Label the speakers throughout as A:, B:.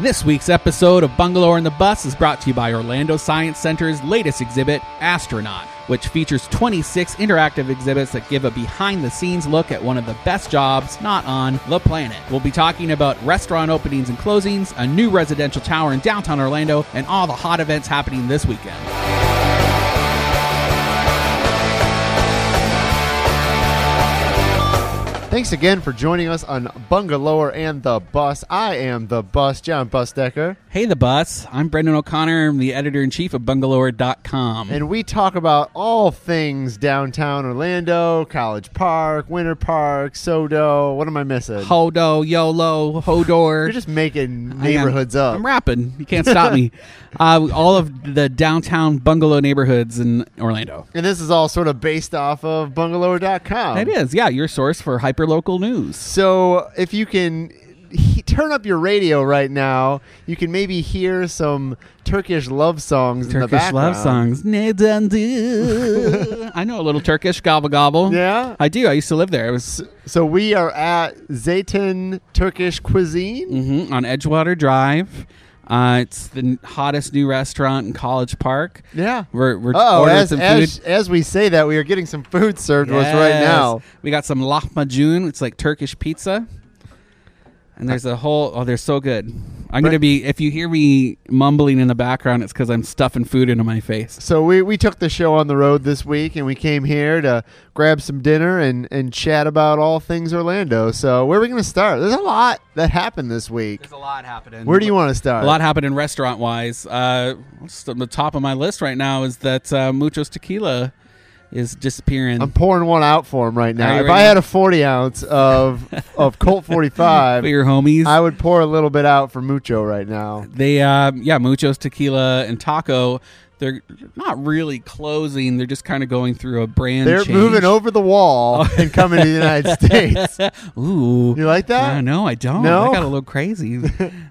A: This week's episode of Bungalow and the Bus is brought to you by Orlando Science Center's latest exhibit, Astronaut, which features 26 interactive exhibits that give a behind the scenes look at one of the best jobs not on the planet. We'll be talking about restaurant openings and closings, a new residential tower in downtown Orlando, and all the hot events happening this weekend.
B: Thanks again for joining us on Bungalower and the Bus. I am the Bus, John Busdecker,
A: Hey, the bus. I'm Brendan O'Connor. I'm the editor in chief of bungalower.com.
B: and we talk about all things downtown Orlando, College Park, Winter Park, Sodo. What am I missing?
A: Hodo, YOLO, Hodor.
B: You're just making neighborhoods
A: I am-
B: up.
A: I'm rapping. You can't stop me. Uh, all of the downtown bungalow neighborhoods in Orlando.
B: And this is all sort of based off of bungalower.com.
A: It is, yeah, your source for hyperlocal news.
B: So if you can he- turn up your radio right now, you can maybe hear some Turkish love songs in the
A: Turkish
B: background.
A: love songs. Ne dandı. I know a little Turkish gobble gobble.
B: Yeah.
A: I do. I used to live there. I was
B: So we are at Zeytin Turkish Cuisine.
A: mhm, on Edgewater Drive. Uh, it's the n- hottest new restaurant in College Park.
B: Yeah.
A: We're, we're
B: Oh,
A: ordering
B: as,
A: some food.
B: as, as we say that, we are getting some food served to us right
A: Yes.
B: now.
A: We got some lahmacun. It's like Turkish pizza. And there's a whole oh, they're so good. I'm gonna be if you hear me mumbling in the background, it's because I'm stuffing food into my face.
B: So we, we took the show on the road this week, and we came here to grab some dinner and, and chat about all things Orlando. So where are we going to start? There's a lot that happened this week.
A: There's a lot happening.
B: Where do you want to start?
A: A lot happening restaurant wise. Uh, just on the top of my list right now is that uh, Muchos Tequila is disappearing.
B: I'm pouring one out for him right now.
A: Are you
B: If
A: ready?
B: I had a 40 ounce of of Colt
A: for
B: 45,
A: your homies.
B: I would pour a little bit out for Mucho right now.
A: They, um, yeah, Muchos Tequila and Taco. They're not really closing. They're just kind of going through a brand.
B: They're
A: change. Oh.
B: moving over the wall and coming to the United States.
A: Ooh,
B: You like that?
A: Uh, no, I don't.
B: No?
A: I got a little crazy.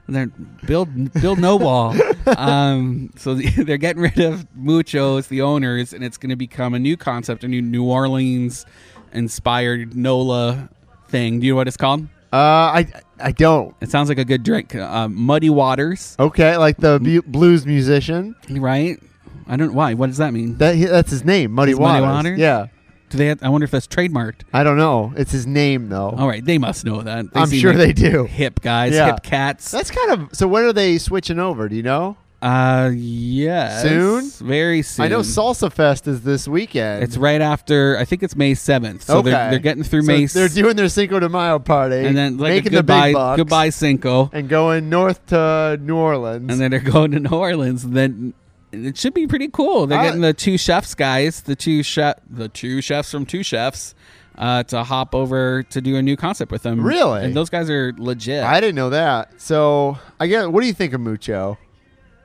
A: they're build build no wall. um, so the- they're getting rid of Muchos, the owners, and it's going to become a new concept, a new New Orleans inspired Nola thing. Do you know what it's called?
B: Uh, I I don't.
A: It sounds like a good drink. Uh, Muddy Waters,
B: Okay, like the
A: Mm.
B: bu- blues musician.
A: right? I don't why. What does that mean?
B: That he- that's his name, Muddy
A: Is Muddy
B: Waters.
A: Waters?
B: Yeah,
A: Do they? Have, I wonder if that's trademarked.
B: I don't know. It's his name though.
A: All right, they must know that. Oh, They
B: I'm
A: seem
B: sure
A: like
B: they do.
A: Hip guys,
B: Yeah.
A: hip cats.
B: That's kind of so. When are they switching over? Do you know?
A: Uh, yes.
B: Soon?
A: very soon.
B: I know Salsa Fest is this weekend.
A: It's right after. I think it's May seventh. So they're,
B: Okay.
A: they're getting through
B: So
A: May.
B: They're doing their Cinco de Mayo party,
A: and then like
B: making
A: a goodbye,
B: the big bucks,
A: goodbye Cinco,
B: and going north to New Orleans.
A: and then they're going to New Orleans. And then it should be pretty cool. They're
B: I-
A: getting the two chefs guys, the two chef, the two chefs from Two Chefs, uh, to hop over to do a new concept with them.
B: Really?
A: And those guys are legit.
B: I didn't know that. So I guess. What do you think of Mucho?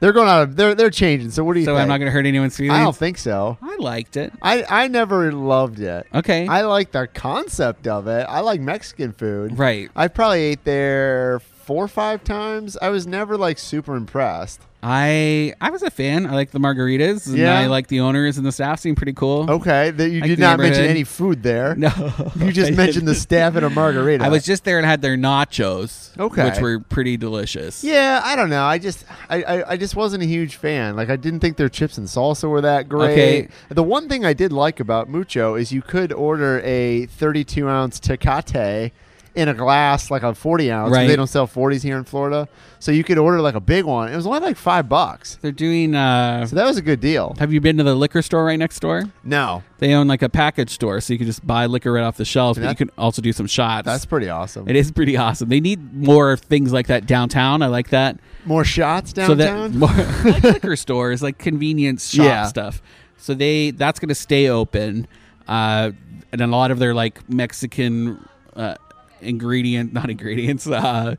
B: They're going out of. They're they're changing. So what do you
A: so
B: think?
A: I'm not going to hurt anyone's feelings.
B: I don't think so.
A: I liked it.
B: I I never loved it.
A: Okay.
B: I like the concept of it. I like Mexican food.
A: right.
B: I probably ate there four or five times. I was never like super impressed.
A: I I was a fan. I like the margaritas. And
B: Yeah.
A: I like the owners and the staff seem pretty cool.
B: Okay, that you
A: Like
B: did
A: the
B: not mention
A: neighborhood.
B: any food there.
A: No.
B: You just
A: I
B: mentioned the staff and a margarita.
A: I was just there and had their nachos,
B: Okay.
A: which were pretty delicious.
B: Yeah, I don't know. I just I, I, I just wasn't a huge fan. Like I didn't think their chips and salsa were that great.
A: Okay.
B: The one thing I did like about Mucho is you could order a 32 ounce Tecate in a glass, like a 40 ounce. 'cause
A: Right.
B: They don't sell 40s here in Florida, so you could order like a big one. It was only like five bucks,
A: They're doing. Uh,
B: so that was a good deal.
A: have you been to the liquor store right next door?
B: No,
A: They own like a package store, so you can just buy liquor right off the shelf, but you
B: That-
A: can also do some shots.
B: that's pretty awesome.
A: it is pretty awesome. They need more things like that downtown. I like that.
B: More shots
A: So that
B: downtown.
A: more, like liquor stores, like convenience shop
B: Yeah.
A: stuff. So they that's going to stay open, uh, and a lot of their like Mexican uh, ingredient, not ingredients, uh,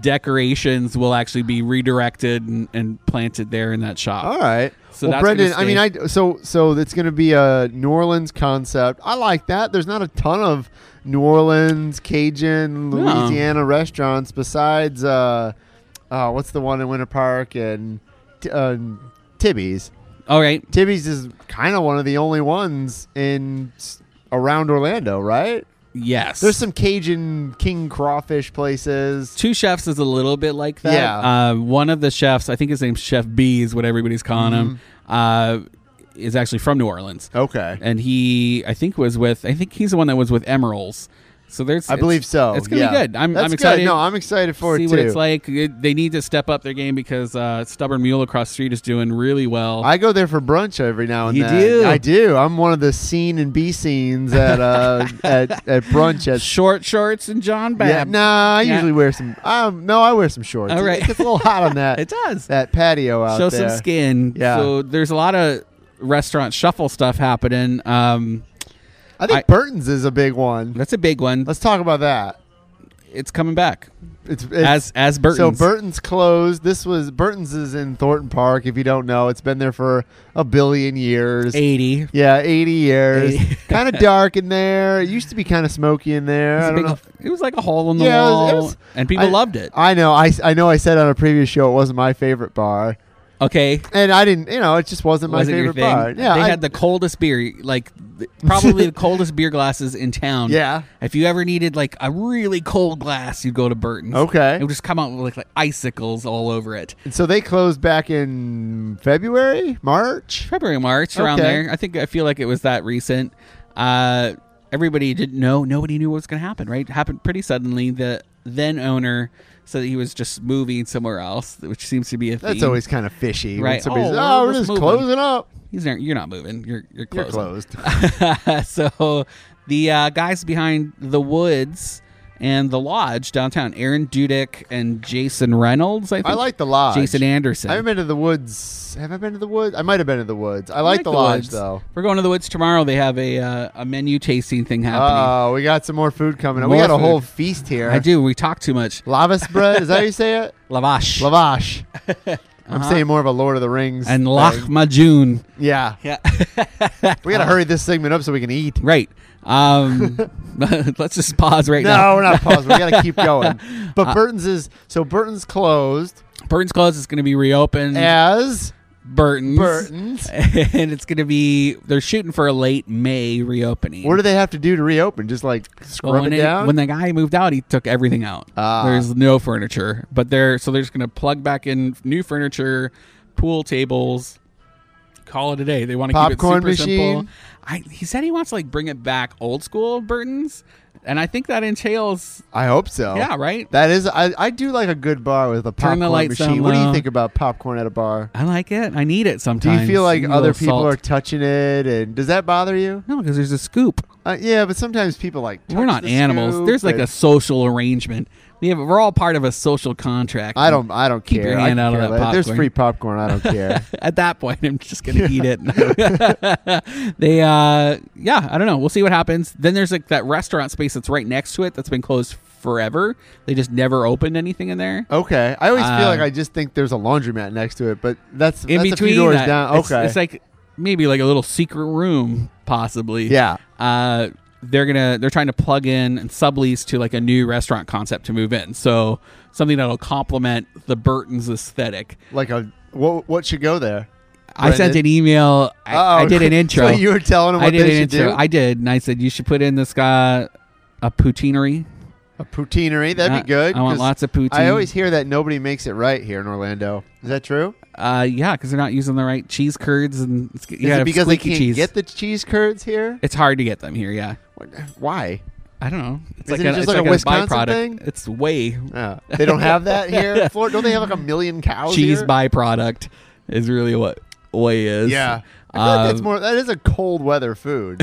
A: decorations will actually be redirected and, and planted there in that shop.
B: All right.
A: So
B: well,
A: that's gonna
B: Brendan, I mean, I so so it's going to be a New Orleans concept. I like that. There's not a ton of New Orleans Cajun Louisiana restaurants besides uh, uh, what's the one in Winter Park and T- uh, Tibby's.
A: All right,
B: Tibby's is kind of one of the only ones in s- around Orlando, right?
A: Yes.
B: There's some Cajun king crawfish places.
A: Two chefs is a little bit like that.
B: Yeah.
A: Uh, one of the chefs, I think his name's Chef B, is what everybody's calling him, uh,
B: Mm-hmm.
A: is actually from New Orleans.
B: Okay.
A: And he, I think, was with, I think he's the one that was with Emeralds. So there's,
B: I believe so.
A: It's going to
B: yeah.
A: be good. I'm,
B: That's
A: I'm excited.
B: Good. No, I'm excited for
A: See
B: it too.
A: what it's like. It- they need to step up their game because uh, Stubborn Mule across the street is doing really well.
B: I go there for brunch every now and
A: Oh. You
B: then.
A: do.
B: I do. I'm one of the scene and B scenes at uh, at, at brunch at
A: Short shorts and John
B: Yeah,
A: Bab.
B: nah, I
A: Yeah.
B: usually wear some. Um, no, I wear some shorts.
A: All right.
B: it gets a little hot on that
A: it does.
B: that patio out
A: show
B: there.
A: some skin.
B: Yeah.
A: So there's a lot of restaurant shuffle stuff happening. Um,
B: I think
A: I-
B: Burton's is a big one.
A: that's a big one.
B: Let's talk about that.
A: It's coming back
B: It's, it's
A: as as Burton's.
B: so Burton's closed. This was Burton's is in Thornton Park. If you don't know, it's been there for a billion years.
A: eighty.
B: Yeah, eighty years.
A: Eighty.
B: kind of dark in there. It used to be kind of smoky in there.
A: It's
B: I
A: a
B: don't
A: big-
B: know.
A: It was like a hole in the
B: Yeah, it was-
A: wall,
B: it was-
A: and people
B: I-
A: loved it.
B: I know. I, I know. I said on a previous show it wasn't my favorite bar,
A: Okay,
B: and I didn't. You know, it just wasn't my
A: wasn't your
B: favorite
A: thing.
B: bar. Yeah,
A: they
B: I-
A: had the coldest beer, like th- probably the coldest beer glasses in town.
B: Yeah.
A: If you ever needed like a really cold glass, you'd go to Burton's.
B: Okay.
A: It would just come out with like, like icicles all over it.
B: And so they closed back in February, March.
A: February, March, around
B: Okay.
A: there. I think I feel like it was that recent. Uh, everybody didn't know. Nobody knew what was going to happen. Right, happened pretty suddenly. The then owner said he was just moving somewhere else, which seems to be a thing.
B: That's always kind of fishy. When
A: Right.
B: somebody
A: Oh,
B: says,
A: well,
B: oh, we're
A: let's
B: just
A: move
B: closing up.
A: He's not, you're not moving. You're you're
B: You're
A: closing.
B: closed.
A: so the uh, guys behind the woods and the lodge downtown, Aaron Dudick and Jason Reynolds. I, think.
B: I like the lodge.
A: Jason Anderson.
B: I haven't been to the woods. Have I been to the woods? I might have been to the woods. I like, the, lodge
A: woods.
B: though.
A: We're going to the woods tomorrow. They have a uh, a menu tasting thing happening.
B: Oh, we got some more food coming up. we
A: More
B: got a
A: food.
B: whole feast here.
A: I do. We talk too much.
B: Lavas bread. Is that how you say it?
A: Lavash
B: Lavash. I'm saying more of a Lord of the Rings.
A: Uh-huh. and
B: thing.
A: Lahmacun.
B: Yeah.
A: Yeah.
B: We got to hurry this segment up so we can eat.
A: right. Um, let's just pause right now.
B: No, Uh, we're not pausing. We got to keep going. But Burton's is. So Burton's closed
A: Burton's Close is going to be
B: Mm.
A: reopened.
B: as.
A: Burton's.
B: Burton's.
A: and it's going to be they're shooting for a late May reopening.
B: What do they have to do to reopen? Just like
A: Well,
B: scrub
A: when,
B: it
A: they-
B: down?
A: when the guy moved out, he took everything out.
B: Ah.
A: There's no furniture, but they're so they're just going to plug back in new furniture, pool tables. Call it a day. They want to keep it
B: Popcorn
A: super simple.
B: machine?
A: I, he said he wants to like bring it back old school Burton's, and I think that entails
B: I hope so.
A: yeah, right.
B: That is, I, I do like a good bar with a
A: Turn
B: popcorn
A: the lights
B: machine.
A: down
B: What do
A: low.
B: you think about popcorn at a bar?
A: I like it. I need it
B: Do
A: sometimes.
B: you feel like
A: Need a
B: other
A: little
B: people
A: salt.
B: are touching it, and does that bother you?
A: no because there's a scoop.
B: Uh, yeah, but sometimes people like touch
A: We're not
B: the
A: animals.
B: scoop
A: There's like
B: and-
A: a social arrangement. We have we're all part of a social contract.
B: I don't, I don't
A: Keep
B: care.
A: your
B: I
A: hand
B: don't
A: out of
B: care
A: that
B: about it. There's
A: popcorn.
B: free popcorn. I don't care.
A: At that point, I'm just gonna eat it. they, uh, yeah, I don't know. We'll see what happens. Then there's like that restaurant space that's right next to it that's been closed forever. They just never opened anything in there.
B: Okay, I always feel like
A: Um,
B: I just think there's a laundromat next to it, but that's
A: In
B: that's
A: between,
B: a few doors
A: that,
B: down.
A: it's-
B: Okay,
A: it's, like maybe like a little secret room, possibly.
B: yeah.
A: Uh, they're gonna they're trying to plug in and sublease to like a new restaurant concept to move in. So something that'll complement the Burton's aesthetic.
B: Like a what? What should go there?
A: I sent
B: Brendan?
A: an email. I, I
B: Uh-oh.
A: did an intro.
B: so you were telling them what
A: I did
B: they
A: an
B: should
A: intro.
B: do.
A: I did, and I said you should put in this guy a poutineery.
B: A poutineery, that'd
A: I-
B: be good.
A: I want
B: 'cause
A: lots of poutine.
B: I always hear that nobody makes it right here in Orlando. Is that true?
A: uh, yeah, because they're not using the right cheese curds, and it's, you
B: Is
A: gotta
B: it
A: have
B: because they
A: squeaky
B: can't
A: cheese.
B: get the cheese curds here?
A: it's hard to get them here. Yeah,
B: What- Why?
A: I don't know. It's
B: Isn't it just
A: it's
B: like a Wisconsin
A: byproduct.
B: thing?
A: It's way
B: Uh, they don't have that here. in Florida, don't they have like a million cows?
A: cheese
B: here?
A: byproduct is really what way is.
B: Yeah, I feel like that's
A: Um,
B: more. That is a cold weather food.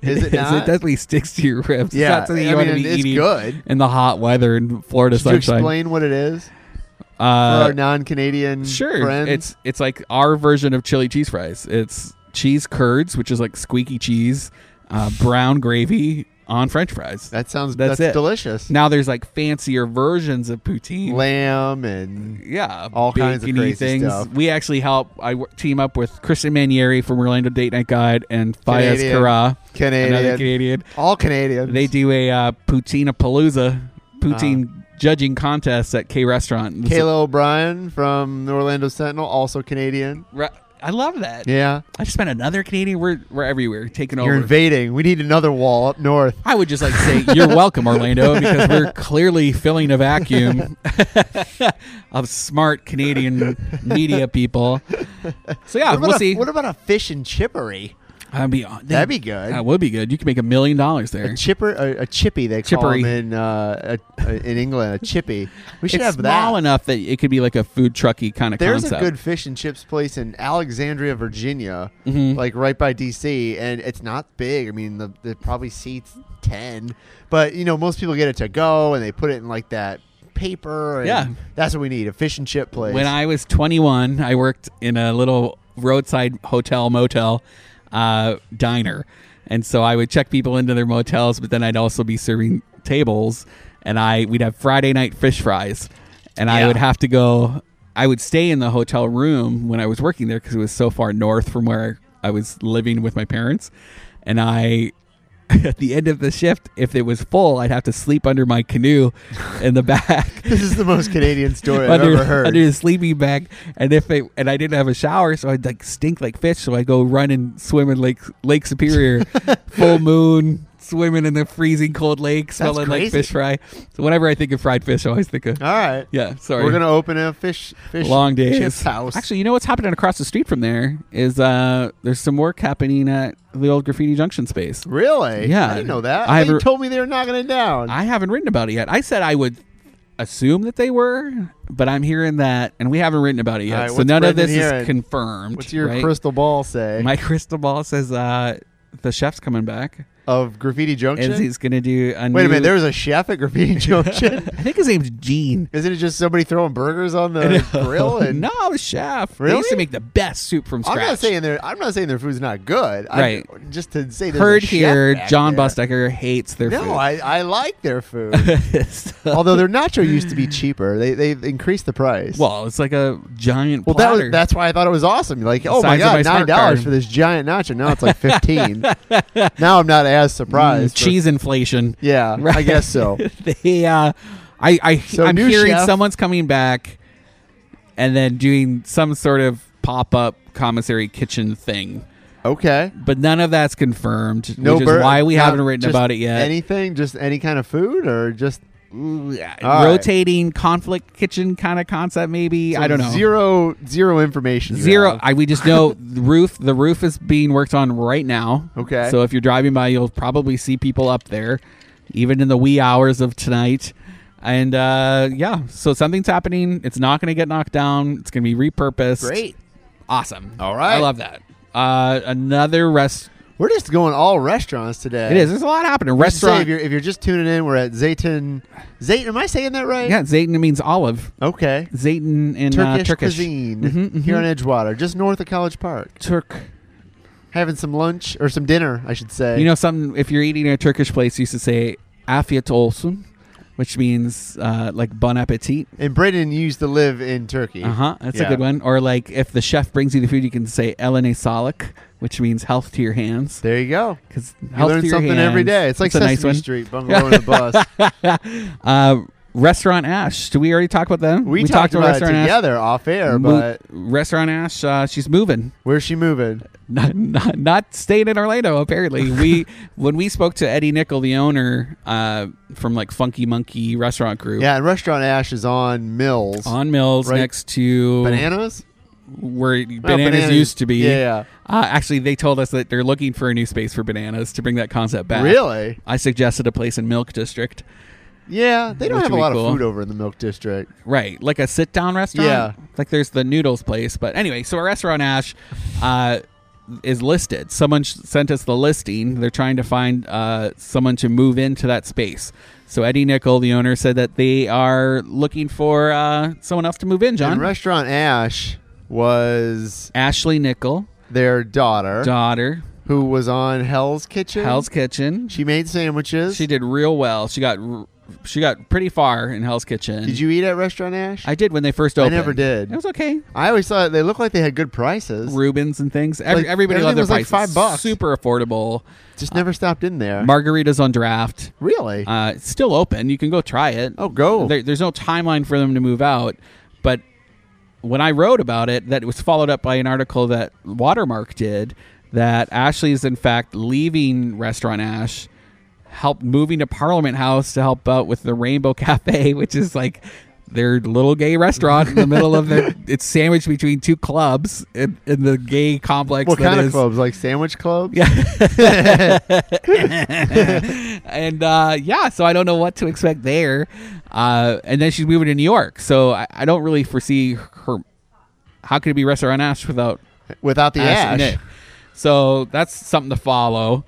B: Is it not?
A: It definitely sticks to your ribs.
B: Yeah,
A: it's not something
B: I
A: you want to
B: mean,
A: be
B: it's
A: eating
B: good.
A: in the hot weather in Florida
B: Could you
A: sunshine.
B: explain what it is for
A: uh,
B: our non-Canadian
A: Sure.
B: friends?
A: It's it's like our version of chili cheese fries. It's cheese curds, which is like squeaky cheese, uh, brown gravy on French fries.
B: that sounds
A: that's
B: that's,
A: it.
B: delicious.
A: Now there's like fancier versions of poutine.
B: Lamb and
A: yeah,
B: All kinds of
A: bacony
B: crazy
A: things.
B: stuff.
A: We actually help. I w- team up with Kristen Manieri from Orlando Date Night Guide and Fayez
B: Canadian.
A: Kara, another
B: Canadian,
A: Canadian.
B: all Canadians.
A: They do a uh, poutine palooza, poutine
B: Uh-huh.
A: judging contest at K Restaurant. This-
B: Kayla O'Brien from the Orlando Sentinel, also Canadian.
A: Re- I love that.
B: Yeah.
A: I just spent another Canadian. We're, we're everywhere taking
B: You're
A: over.
B: invading. We need another wall up north.
A: I would just like to say you're welcome, Orlando, because we're clearly filling a vacuum of smart Canadian media people. So yeah,
B: What about
A: Ah, we'll
B: a-
A: see.
B: What about a fish and chippery?
A: I'd be,
B: That'd be good.
A: That would be good. You could make a million dollars there.
B: A chipper, a, a chippy. They call
A: Chippery.
B: them in uh, a, a- in England. A chippy. We should
A: It's
B: have that.
A: small enough that it could be like a food trucky kind of
B: There's
A: concept.
B: a good fish and chips place in Alexandria, Virginia,
A: Mm-hmm.
B: like right by DC, and it's not big. I mean, the, the probably seats ten, but you know, most people get it to go, and they put it in like that paper. And
A: Yeah.
B: that's what we need—a fish and chip place.
A: When I was 21, I worked in a little roadside hotel motel uh, diner. And so I would check people into their motels, but then I'd also be serving tables and I we'd have Friday night fish fries. And I
B: Yeah.
A: would have to go I would stay in the hotel room when I was working there cuz it was so far north from where I was living with my parents. And I at the end of the shift, if it was full, I'd have to sleep under my canoe in the back
B: this is the most Canadian story I've
A: under,
B: ever heard.
A: under the sleeping bag, and if it and I didn't have a shower, so I'd like stink like fish. So I would go run and swim in Lake Lake Superior, full moon, swimming in the freezing cold lake, smelling like
B: crazy.
A: fish fry. So whenever I think of fried fish, I always think of
B: All right,
A: yeah. Sorry,
B: we're gonna open a fish fish
A: long days.
B: chips house.
A: Actually, you know what's happening across the street from there is uh there's some work happening at the old Graffiti Junction space.
B: really?
A: Yeah.
B: I didn't know that.
A: I
B: they
A: have a-
B: told me they were knocking it down.
A: I haven't written about it yet. I said I would assume that they were, but I'm hearing that, and we haven't written about it
B: All
A: yet.
B: right,
A: so
B: what's
A: none of
B: Brendan
A: this
B: hearing?
A: is confirmed.
B: What's your
A: right?
B: crystal ball say
A: My crystal ball says uh, the chef's coming back,
B: of Graffiti Junction?
A: and he's going to do a
B: Wait
A: new,
B: a minute, there was a chef at Graffiti Junction.
A: I think his name's Gene.
B: Isn't it just somebody throwing burgers on the grill? And
A: no, it was chef. They used
B: Really?
A: to make the best soup from
B: I'm
A: scratch.
B: not saying their I'm not saying their food's not good. I-
A: Right.
B: just to say there's
A: Heard
B: a chef
A: here,
B: back
A: John
B: there.
A: Bustecker hates their
B: No,
A: food.
B: I, I like their food.
A: So-
B: Although their nacho used to be cheaper, they they've increased the price.
A: well, it's like a giant
B: Well, that
A: platter.
B: was, that's why I thought it was awesome. Like, oh
A: size of
B: my god,
A: my smart
B: nine dollars
A: card.
B: for this giant nacho. Now it's like fifteen. now I'm not as
A: Mm,
B: surprised. but-
A: cheese inflation.
B: yeah, I
A: Right.
B: guess so.
A: they uh I, I
B: So
A: I'm
B: new
A: hearing
B: chef.
A: someone's coming back and then doing some sort of pop up commissary kitchen thing.
B: Okay.
A: But none of that's confirmed,
B: No,
A: which is
B: bur-
A: why we
B: not
A: haven't written
B: just
A: about it yet. Uh,
B: Anything, just any kind of food, or just All right.
A: Rotating conflict kitchen kind of concept, maybe I don't know.
B: Zero, zero information. you
A: Zero.
B: have.
A: I, we just know the roof. The roof is being worked on right now.
B: Okay.
A: So if you're driving by, you'll probably see people up there, even in the wee hours of tonight. And uh, yeah, so something's happening. It's not going to get knocked down. It's going to be repurposed.
B: Great.
A: Awesome.
B: All right.
A: I love that. Uh, another rest.
B: We're just going all restaurants today.
A: It is. There's a lot happening.
B: We should say,
A: Restaurant.
B: if you're if you're just tuning in, we're at Zayton. Zayton, am I saying that right?
A: yeah, Zayton means olive.
B: Okay.
A: Zayton in
B: Turkish,
A: uh, Turkish.
B: cuisine
A: Mhm, mhm.
B: here in Edgewater, just north of College Park.
A: Turk.
B: Having some lunch or some dinner, I should say.
A: You know, something. If you're eating at a Turkish place, you used to say "afiyet olsun," which means uh, like "bon appetit."
B: and Brendan used to live in Turkey.
A: Uh huh. That's
B: Yeah.
A: a good one. Or like if the chef brings you the food, you can say "elene salik," which means health to your hands.
B: There you go.
A: Because
B: You learn something every day. It's like
A: a
B: Sesame
A: nice one.
B: Street, bungalow in the bus.
A: Uh, Restaurant Ash. Did we already talk about them?
B: We, talked, about it together off air,
A: Ash. Mo-
B: but
A: Restaurant Ash. Uh, she's moving.
B: where's she moving?
A: not, not, not staying in Orlando. Apparently, we when we spoke to Eddie Nickel, the owner uh, from like Funky Monkey Restaurant Group
B: Yeah, and Restaurant Ash is on Mills.
A: on Mills
B: Right.
A: next to
B: Bananas?
A: where bananas,
B: Oh,
A: used to be.
B: Yeah, yeah.
A: Uh, actually, they told us that they're looking for a new space for bananas to bring that concept back.
B: Really?
A: I suggested a place in Milk District.
B: Yeah, they don't
A: Which
B: have a
A: would be
B: lot
A: cool.
B: of food over in the Milk District.
A: Right, like a sit down restaurant.
B: Yeah.
A: like there's the noodles place, but anyway, so our restaurant Ash uh, is listed. Someone sh- sent us the listing. They're trying to find uh, someone to move into that space. So Eddie Nickel, the owner, said that they are looking for uh, someone else to move in. John
B: And Restaurant Ash was
A: Ashley Nickel,
B: their daughter
A: daughter,
B: who was on Hell's Kitchen.
A: Hell's Kitchen.
B: She made sandwiches.
A: She did real well. She got r- she got pretty far in Hell's Kitchen.
B: Did you eat at Restaurant Ash?
A: I did when they first
B: I
A: opened.
B: never did.
A: It was okay.
B: I always thought they looked like they had good prices.
A: Rubens and things. Every,
B: Like,
A: everybody
B: everything
A: loved their
B: was like
A: prices.
B: five bucks.
A: Super affordable.
B: Just never stopped in there.
A: Margaritas on draft.
B: really?
A: Uh, it's still open. You can go try it.
B: oh, go.
A: There, there's no timeline for them to move out, but when I wrote about it, that it was followed up by an article that Watermark did that Ashley is in fact leaving Restaurant Ash, help moving to Parliament House to help out with the Rainbow Cafe, which is like their little gay restaurant in the middle of the it's sandwiched between two clubs in, in the gay complex
B: What
A: that
B: kind of
A: is-
B: clubs? Like sandwich clubs?
A: and uh, yeah, so I don't know what to expect there. Uh, and then she's moving to New York, so I, I don't really foresee her. How could it be restaurant Ash without
B: Without the
A: Ash
B: ash.
A: in it? So that's something to follow.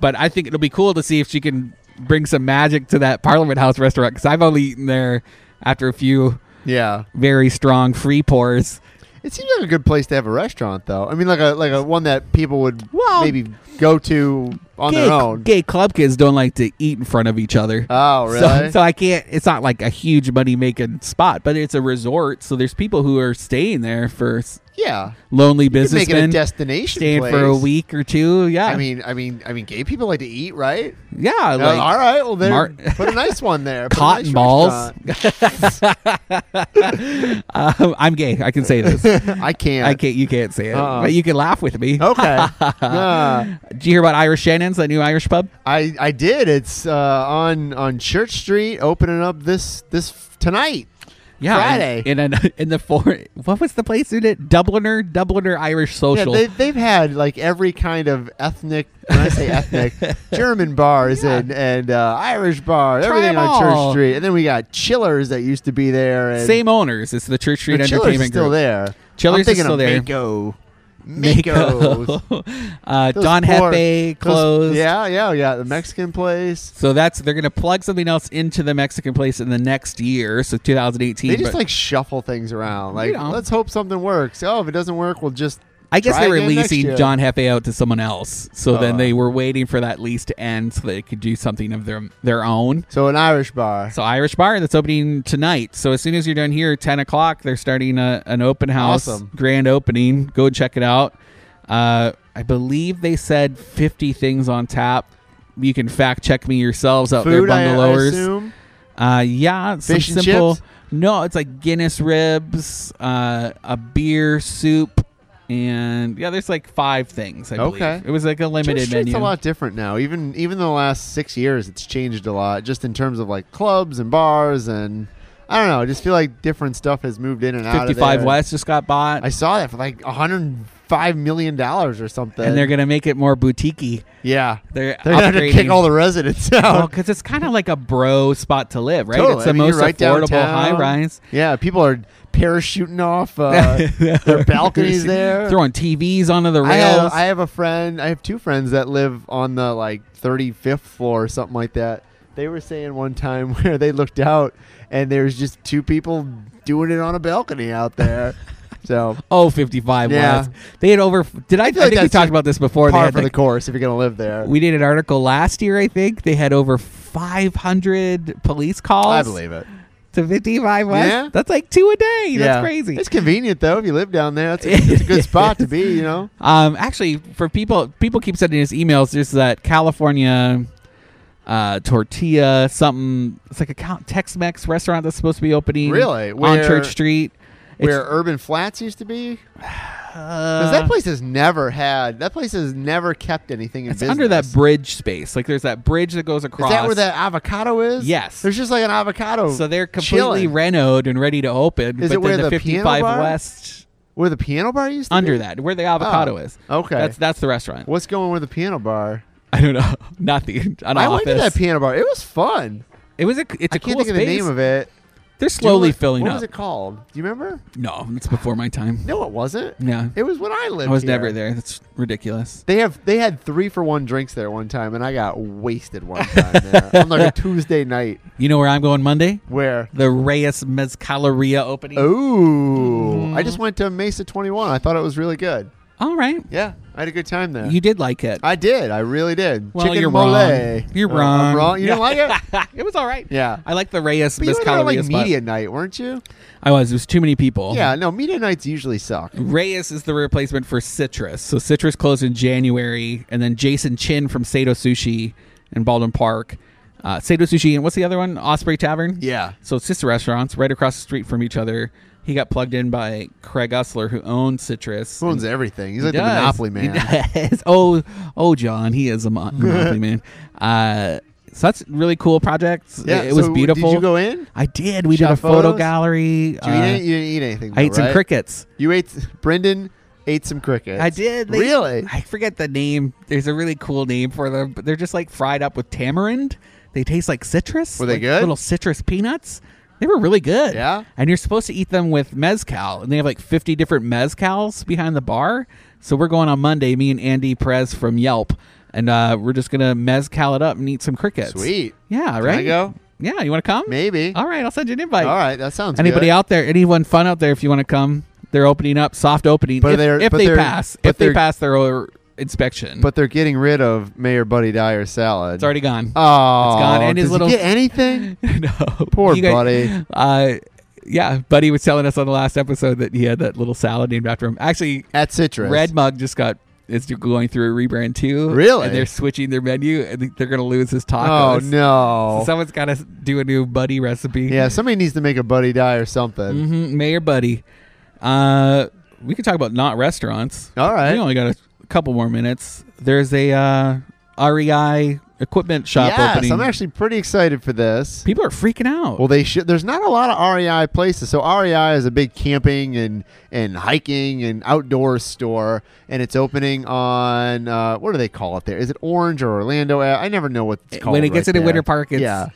A: But I think it'll be cool to see if she can bring some magic to that Parliament House restaurant because I've only eaten there after a few
B: Yeah.
A: very strong free pours.
B: It seems like a good place to have a restaurant, though. I mean, like a like a one that people would
A: Well-
B: maybe go to on
A: gay,
B: their own.
A: gay club kids don't like to eat in front of each other.
B: Oh,
A: So,
B: really?
A: so I can't. It's not like a huge money making spot, but it's a resort. So there's people who are staying there for s-
B: yeah,
A: lonely
B: you could make it a
A: businessmen
B: destination.
A: staying
B: place.
A: for a week or two. Yeah,
B: I mean, I mean, I mean, gay people like to eat, right?
A: yeah,
B: Uh,
A: like
B: all right, well then
A: Mar-
B: put a nice one there. Put a
A: cotton
B: nice
A: balls.
B: restaurant.
A: um, I'm gay. I can say this.
B: I can't.
A: I can't. You can't say it,
B: Uh-uh. Oh.
A: but you can laugh with me.
B: Okay. Nah.
A: Did you hear about Irish Shannon's, that new Irish pub?
B: I I did. It's uh, on on Church Street, opening up this this f- tonight. Friday.
A: in in, an, in the four. What was the place in it? Dubliner, Dubliner Irish
B: Yeah,
A: Social.
B: they, they've had like every kind of ethnic. When I say ethnic, German bars
A: Yeah.
B: and and uh, Irish bar,
A: Try
B: everything
A: 'em
B: on
A: all.
B: Church Street, and then we got Chillers that used to be there. And
A: Same owners. It's the Church Street
B: but Chillers is
A: Entertainment
B: still
A: Group.
B: there.
A: Chillers is
B: I'm thinking
A: still
B: of
A: there.
B: Mako. Mako's.
A: Mako. uh,
B: Those
A: Don Hefe
B: poor- those-
A: closed.
B: Yeah, yeah, yeah. The Mexican place.
A: So that's they're going to plug something else into the Mexican place in the next year, so 2018.
B: They just
A: but
B: like shuffle things around.
A: You
B: Like,
A: know.
B: let's hope something works. Oh, if it doesn't work, we'll just.
A: I guess
B: try
A: they were
B: again next
A: leasing
B: year.
A: John Hefe out to someone else. So then
B: Uh.
A: they were waiting for that lease to end so they could do something of their their own.
B: So an Irish bar.
A: So Irish Bar that's opening tonight. So as soon as you're done here, 10 o'clock, they're starting a, an open house
B: Awesome.
A: grand opening. Go and check it out. Uh, I believe they said 50 things on tap. You can fact check me yourselves out there,
B: Food, I, I
A: bungalowers.
B: assume.
A: Uh, yeah, some
B: Fish and
A: simple.
B: chips?
A: No, it's like Guinness ribs, uh, a beer soup, and yeah, there's like five things. I believe
B: Okay.
A: it was like a limited
B: Church Street's
A: menu.
B: a lot different now. Even even the last six years, it's changed a lot, just in terms of like clubs and bars and I don't know. I just feel like different stuff has moved in and out. of
A: Fifty-five
B: there.
A: West just got bought,
B: I saw that for like 105 million dollars or something.
A: and they're gonna make it more boutiquey.
B: yeah,
A: They're,
B: they're gonna have to kick all the residents out.
A: because it's kind of like a bro spot to live, right?
B: Totally.
A: It's the
B: I mean, you're
A: most
B: right
A: affordable
B: downtown.
A: high rise.
B: yeah, people are parachuting off uh, their balconies there.
A: throwing TVs onto the rails.
B: I have, I have a friend. I have two friends that live on the like 35th floor or something like that. They were saying one time where they looked out and there's just two people doing it on a balcony out there. so
A: oh, 55
B: Yeah.
A: West. They had over. Did I? I,
B: feel like
A: think we
B: that's
A: talked about this before. they
B: par
A: had
B: for
A: like
B: the course if you're gonna live there.
A: We did an article last year, I think. They had over 500 police calls.
B: I believe it.
A: To 55 West.
B: Yeah.
A: That's like two a day. That's
B: Yeah.
A: crazy.
B: It's convenient though if you live down there. It's a, it's a good spot to be. You know.
A: Um, actually, for people, people keep sending us emails. There's that California uh, tortilla, something. It's like a Cal- Tex-Mex restaurant that's supposed to be opening.
B: Really?
A: on
B: Where-
A: Church Street. It's-
B: Where urban flats used to be,
A: uh,
B: 'Cause that place has never had. That place has never kept anything in
A: It's
B: business.
A: under that bridge space. Like there's that bridge that goes across.
B: Is that where that avocado is?
A: Yes.
B: There's just like an avocado.
A: So they're completely
B: chilling.
A: renoed and ready to open.
B: Is
A: but
B: it where
A: then the
B: the piano
A: 55
B: bar?
A: West
B: Where the piano bar used to be?
A: under that, where the avocado
B: Oh,
A: is.
B: Okay.
A: That's that's the restaurant.
B: What's going with the piano bar?
A: I don't know. Not the an
B: I
A: office.
B: went to that piano bar. It was fun.
A: it was a. It's a
B: I can't
A: cool
B: think of the
A: space.
B: name of it.
A: They're slowly
B: Do you-
A: filling
B: What
A: up.
B: was it called? Do you remember?
A: No, it's before my time.
B: No, it wasn't.
A: Yeah,
B: It was when I lived.
A: I was
B: here.
A: never there. That's ridiculous.
B: They have they had three for one drinks there one time, and I got wasted one time there on like a Tuesday night.
A: You know where I'm going Monday?
B: Where
A: The Reyes Mezcaleria opening.
B: oh, I
A: Mm-hmm.
B: just went to Mesa Twenty One. I thought it was really good.
A: All right,
B: Yeah, I had a good time there.
A: you did like it.
B: I did. I really did.
A: Well,
B: Chicken
A: you're
B: mole.
A: wrong. You're
B: Uh,
A: wrong.
B: I'm wrong. You didn't like it?
A: it was all right.
B: Yeah.
A: I like the Reyes
B: But you were there
A: Mezcaleria
B: on, like
A: spot. Mm-hmm.
B: media night, weren't you?
A: I was. It was too many people.
B: Yeah, no, media nights usually suck.
A: Reyes is the replacement for Citrus. So Citrus closed in January, and then Jason Chin from Sato Sushi in Baldwin Park. Uh, Sato Sushi and what's the other one? Osprey Tavern.
B: Yeah.
A: So sister restaurants right across the street from each other. He got plugged in by Craig Usler, who owns Citrus.
B: Who owns everything? He's like
A: He
B: the
A: does.
B: Monopoly
A: He
B: man.
A: does. Oh, oh, John, he is a mon- Monopoly man. Uh, so that's really cool projects.
B: Yeah,
A: it, it was
B: so
A: beautiful.
B: Did you go in?
A: I did. We
B: Shot
A: did a photo
B: photos?
A: gallery.
B: Did you,
A: Uh,
B: eat any, you didn't eat anything.
A: I
B: though,
A: ate some
B: right?
A: crickets.
B: You ate. Brendan ate some crickets.
A: I did. They-
B: really?
A: I forget the name. There's a really cool name for them, but they're just like fried up with tamarind. They taste like citrus.
B: Were they
A: like
B: good?
A: Little citrus peanuts. They were really good.
B: Yeah?
A: And you're supposed to eat them with mezcal, and they have like 50 different mezcals behind the bar. So we're going on Monday. Me and Andy Perez from Yelp, and uh, we're just gonna mezcal it up and eat some crickets.
B: Sweet.
A: Yeah.
B: I
A: Right.
B: go?
A: Yeah. You want to come?
B: Maybe.
A: All right. I'll send you an invite.
B: All right, that sounds.
A: Anybody
B: good.
A: out there? Anyone fun out there? If you want to come, they're opening up soft opening.
B: But
A: if
B: they're-
A: if
B: but
A: they
B: they're-
A: pass,
B: but
A: if they
B: they're-
A: pass their uh, inspection,
B: But they're getting rid of Mayor Buddy Dyer salad.
A: it's already gone.
B: Oh,
A: It's gone, and his
B: does he
A: little-
B: get anything?
A: no,
B: Poor
A: You guys-
B: Buddy.
A: Uh, yeah, Buddy was telling us on the last episode that he had that little salad named after him. Actually,
B: At Citrus.
A: Red Mug just got is going through a rebrand too.
B: Really?
A: and they're switching their menu, and they- they're going to lose his tacos.
B: Oh no.
A: So someone's got to do a new Buddy recipe.
B: yeah, somebody needs to make a Buddy Dyer something.
A: hmm Mayor Buddy. Uh, we can talk about not restaurants.
B: All right.
A: We only got a couple more minutes. There's a uh, REI equipment shop
B: yes,
A: opening.
B: I'm actually pretty excited for this.
A: People are freaking out.
B: Well, they should. There's not a lot of REI places. So REI is a big camping and and hiking and outdoor store, and it's opening on uh, what do they call it there? Is it Orange or Orlando? Uh, I I never know what it's called.
A: when it gets
B: right
A: into
B: there.
A: Winter Park, it's
B: yeah,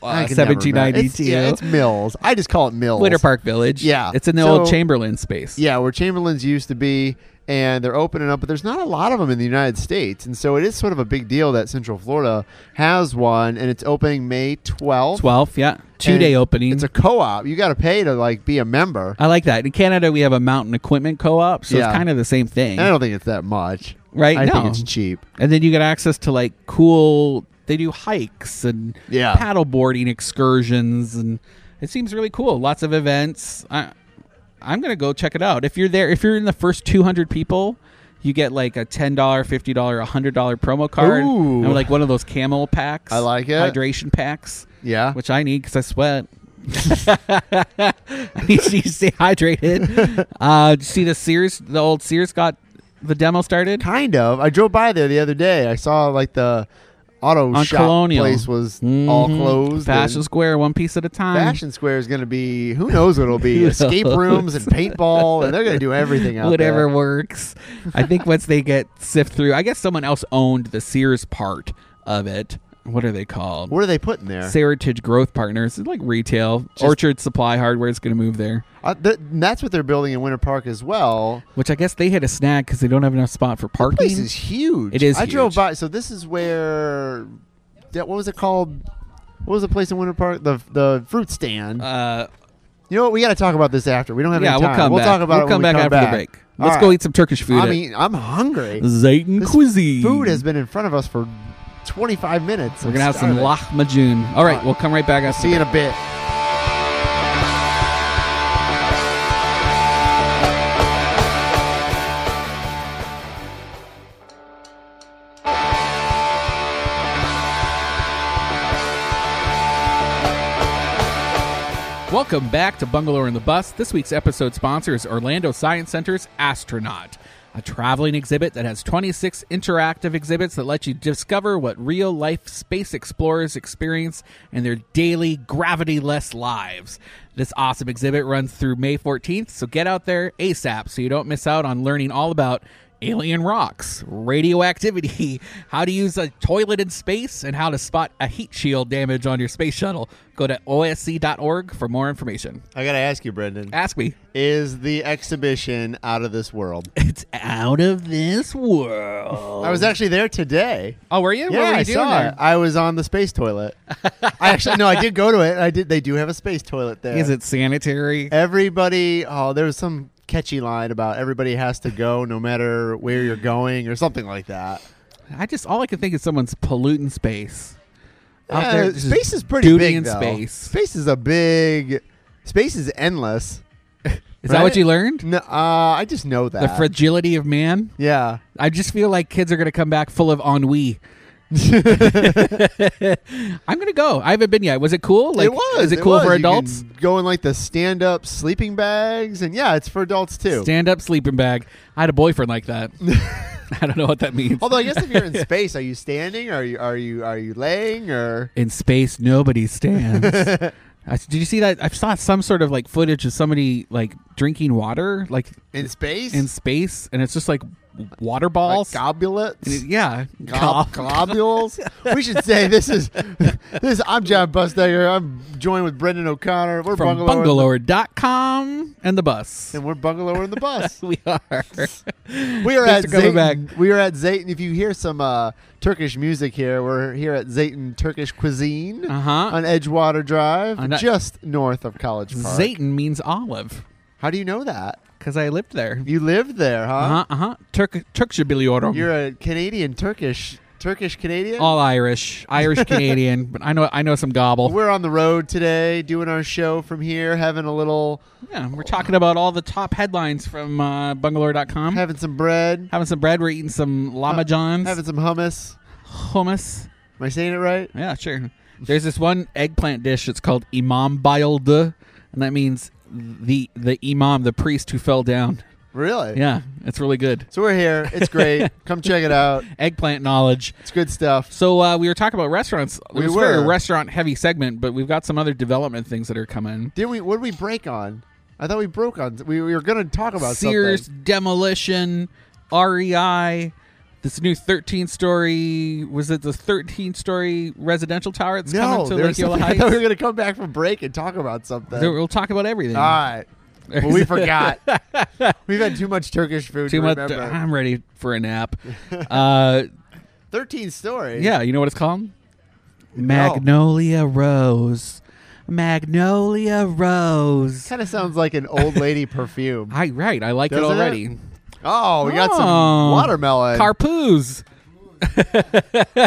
A: uh,
B: can never remember.
A: 1792.
B: It's, yeah, it's Mills. I just call it Mills.
A: Winter Park Village.
B: Yeah.
A: It's in the
B: So-
A: old Chamberlain space.
B: Yeah, where Chamberlain's used to be, and they're opening up, but there's not a lot of them in the United States. And so it is sort of a big deal that Central Florida has one, and it's opening May 12th.
A: 12, yeah. Two
B: And
A: day opening.
B: It's a co op. You got to pay to like be a member.
A: I like that. In Canada, we have a mountain equipment co op, so
B: Yeah.
A: it's kind of the same thing.
B: And I don't think it's that much.
A: Right,
B: I
A: no.
B: think it's cheap.
A: And then you get access to like cool. They do hikes and
B: Yeah.
A: paddleboarding excursions, and it seems really cool. Lots of events. I, I'm gonna go check it out. If you're there, if you're in the first 200 people, you get like a ten dollar, fifty dollar, a hundred dollar promo card,
B: Ooh.
A: and like one of those camel packs.
B: I like it.
A: Hydration packs,
B: Yeah.
A: which I need because I sweat. I need to stay hydrated. Uh, did you see the Sears, the old Sears got the demo started.
B: kind of. I drove by there the other day. I saw like the auto
A: On
B: shop
A: Colonial.
B: place was all
A: Mhm.
B: closed. and-
A: Fashion Square, one piece at a time.
B: Fashion Square is going to be who knows what it'll be
A: Who
B: escape
A: knows?
B: rooms and paintball, and they're going to do everything out
A: Whatever
B: there.
A: works. I think once they get sift through, I guess someone else owned the Sears part of it. What are they called?
B: What are they putting there?
A: Heritage Growth Partners. It's like retail. Orchard Supply Hardware is going to move there,
B: Uh, th- and that's what they're building in Winter Park as well.
A: which I guess they hit a snag because they don't have enough spot for parking.
B: Place is huge.
A: It is
B: I drove
A: huge.
B: by. So this is where that what was it called? What was the place in Winter Park? The the fruit stand.
A: uh,
B: you know what? We got to talk about this after. We don't have
A: yeah,
B: any
A: we'll
B: time.
A: come back.
B: talk about
A: we'll
B: it
A: come
B: when
A: back
B: we
A: after
B: come back
A: the break. Let's
B: All
A: go
B: right.
A: eat some Turkish food.
B: I
A: at
B: mean, I'm hungry.
A: Zayton
B: This
A: Cuisine.
B: Food has been in front of us for 25 minutes.
A: We're gonna have some
B: lock.
A: lahmacun. All right,
B: All right.
A: we'll come right back. after
B: See you in a bit.
A: Welcome back to Bungalow in the Bus. This week's episode sponsor is Orlando Science Center's Astronaut, a traveling exhibit that has 26 interactive exhibits that let you discover what real life space explorers experience in their daily gravity less lives. This awesome exhibit runs through May 14th, so get out there ASAP so you don't miss out on learning all about alien rocks, radioactivity, how to use a toilet in space, and how to spot a heat shield damage on your space shuttle. Go to osc.org for more information.
B: I got to ask you, Brendan.
A: Ask me.
B: Is the exhibition out of this world?
A: It's out of this world.
B: I was actually there today.
A: Oh, were you? what
B: Yeah,
A: were you
B: I
A: doing
B: saw
A: there?
B: it. I was on the space toilet. I actually no, I did go to it. I did. They do have a space toilet there.
A: Is it sanitary?
B: Everybody. Oh, there was some catchy line about everybody has to go no matter where you're going or something like that.
A: I just all I can think is someone's polluting space. Out
B: Yeah,
A: there, just
B: Uh, space is pretty
A: duty
B: big.
A: in
B: though.
A: space.
B: Space is a big. Space is endless.
A: Is that what
B: Right?
A: you learned?
B: No, uh, I just know that.
A: The fragility of man.
B: yeah.
A: I just feel like kids are going to come back full of ennui. I'm gonna go. I haven't been yet. Was it cool? Like,
B: it was.
A: Is it, cool
B: was.
A: for
B: You
A: adults?
B: can Go in like the stand up sleeping bags. And yeah, it's for adults too.
A: Stand up sleeping bag. I had a boyfriend like that. I don't know what that means.
B: Although I guess if you're in space, are you standing? Are you are you are you laying or
A: in space nobody stands I, did you see that i saw some sort of like footage of somebody like drinking water like
B: in space?
A: in space and it's just like water
B: like
A: balls
B: globulets?
A: And it- yeah
B: Glob- globules. we should say this is this. Is, I'm John Bustager. I'm joined with Brendan O'Connor. We're
A: from
B: bungalow,
A: bungalower.com and the bus
B: and we're bungalow in the bus.
A: we are
B: We are
A: Thanks
B: at
A: for coming
B: Zayton. We are at Zayton. If you hear some uh, Turkish music here, we're here at Zayton Turkish Cuisine
A: uh-huh Uh,
B: on Edgewater Drive,
A: On that-
B: just north of College Park.
A: zayton means olive
B: How do you know that?
A: because i lived there
B: You lived there, huh?
A: uh-huh uh-huh turk turkshabiliorum
B: You're a Canadian Turkish Turkish Canadian.
A: all irish irish canadian but i know i know some gobble
B: We're on the road today, doing our show from here, having a little,
A: Yeah, we're talking about all the top headlines from uh, bungalore.com.
B: having some bread,
A: having some bread, we're eating some Lama John's,
B: having some hummus.
A: hummus.
B: Am I saying it right?
A: Yeah, sure. There's this one eggplant dish. It's called Imam Bayalde, and that means the the imam, the priest who fell down.
B: Really?
A: Yeah, it's really good.
B: So we're here. It's great. Come check it out.
A: Eggplant knowledge.
B: It's good stuff.
A: So uh, we were talking about restaurants. It
B: We
A: was very
B: were.
A: restaurant heavy segment, but we've got some other development things that are coming.
B: Did we? What did we break on? I thought we broke on. We, we were going to talk about
A: Sears
B: something.
A: demolition, REI, this new 13 story was it the 13 story residential tower that's
B: No,
A: coming to
B: there was
A: Lake Yola
B: something- I thought we
A: Heights?
B: were going to come back from break and talk about something.
A: There- we'll talk about everything.
B: All right. Ah, Well, we forgot. We've had too much Turkish food.
A: Too
B: to
A: much. uh-huh.
B: remember.
A: I'm ready for a nap. Uh,
B: Thirteen story.
A: yeah, you know what it's called? Magnolia Rose. Magnolia Rose.
B: Kind of sounds like an old lady perfume.
A: I right. I like
B: Doesn't
A: it
B: it?
A: already.
B: Oh, we got
A: Oh.
B: some watermelon.
A: Carpoos.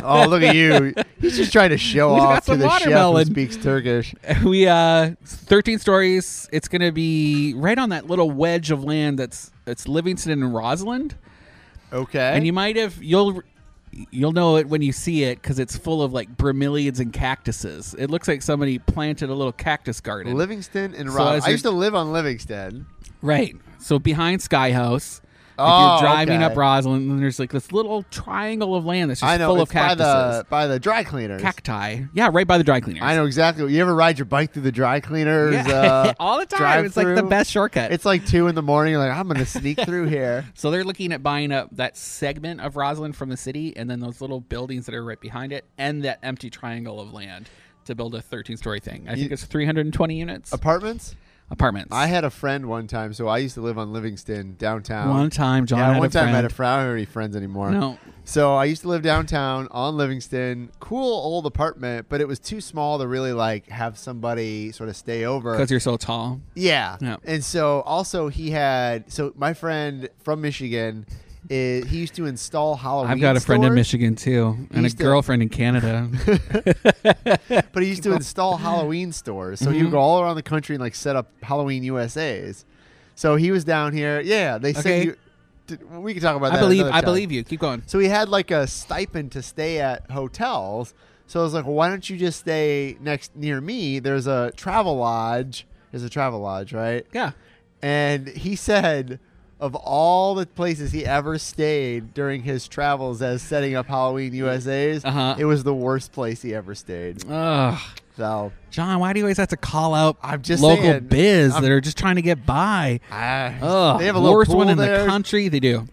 B: oh, look at you. He's just trying to show
A: He's got
B: off to
A: some
B: the
A: watermelon.
B: chef who speaks Turkish.
A: we uh 13 stories it's gonna be right on that little wedge of land that's it's livingston and rosalind
B: Okay.
A: and you might have you'll you'll know it when you see it because it's full of like bromeliads and cactuses it looks like somebody planted a little cactus garden
B: Livingston and
A: So
B: Rob.
A: as
B: I
A: you're-
B: used to live on Livingston.
A: right so behind sky house
B: Oh,
A: if you're driving
B: okay.
A: up rosalind then there's like this little triangle of land that's just
B: I know
A: full
B: it's
A: of cactuses
B: by the by the dry cleaners.
A: cacti yeah right by the dry cleaners
B: I know exactly. You ever ride your bike through the dry cleaners?
A: yeah.
B: Uh,
A: all the time it's like the
B: drive-through?
A: best shortcut
B: It's like two in the morning. You're like I'm going to sneak through here.
A: So they're looking at buying up that segment of Roslyn from the city and then those little buildings that are right behind it and that empty triangle of land to build a 13 story thing. I think
B: You-
A: it's 320 units,
B: Apartments.
A: apartments.
B: I had a friend one time, so I used to live on Livingston downtown.
A: one time, John.
B: yeah,
A: had
B: one
A: a
B: time I had a
A: friend-
B: friend. I don't have any friends anymore.
A: No.
B: So I used to live downtown on Livingston, cool old apartment, but it was too small to really like have somebody sort of stay over.
A: Because you're so tall.
B: Yeah.
A: Yeah.
B: And so also he had so my friend from Michigan is he used to install Halloween.
A: I've got a friend in
B: stores,
A: Michigan too, and a
B: Used to-
A: girlfriend in Canada.
B: but he used to install Halloween stores. So he
A: Mm-hmm.
B: would go all around the country and like set up Halloween USA's. So he was down here. Yeah, they
A: Okay.
B: say you. Did, we can talk about that.
A: I believe.
B: another
A: I
B: time.
A: believe you. Keep going.
B: So he had like a stipend to stay at hotels. So I was like, well, why don't you just stay next near me? There's a travel lodge. There's a travel lodge, right?
A: Yeah.
B: And he said, of all the places he ever stayed during his travels as setting up Halloween USA's,
A: Uh-huh.
B: it was the worst place he ever stayed.
A: Ugh.
B: So
A: John, why do you always have to call out
B: I'm just
A: local
B: saying,
A: biz
B: I'm-
A: that are just trying to get by?
B: I-
A: Oh,
B: they have a little
A: worst
B: pool
A: one in
B: there.
A: the country. They do.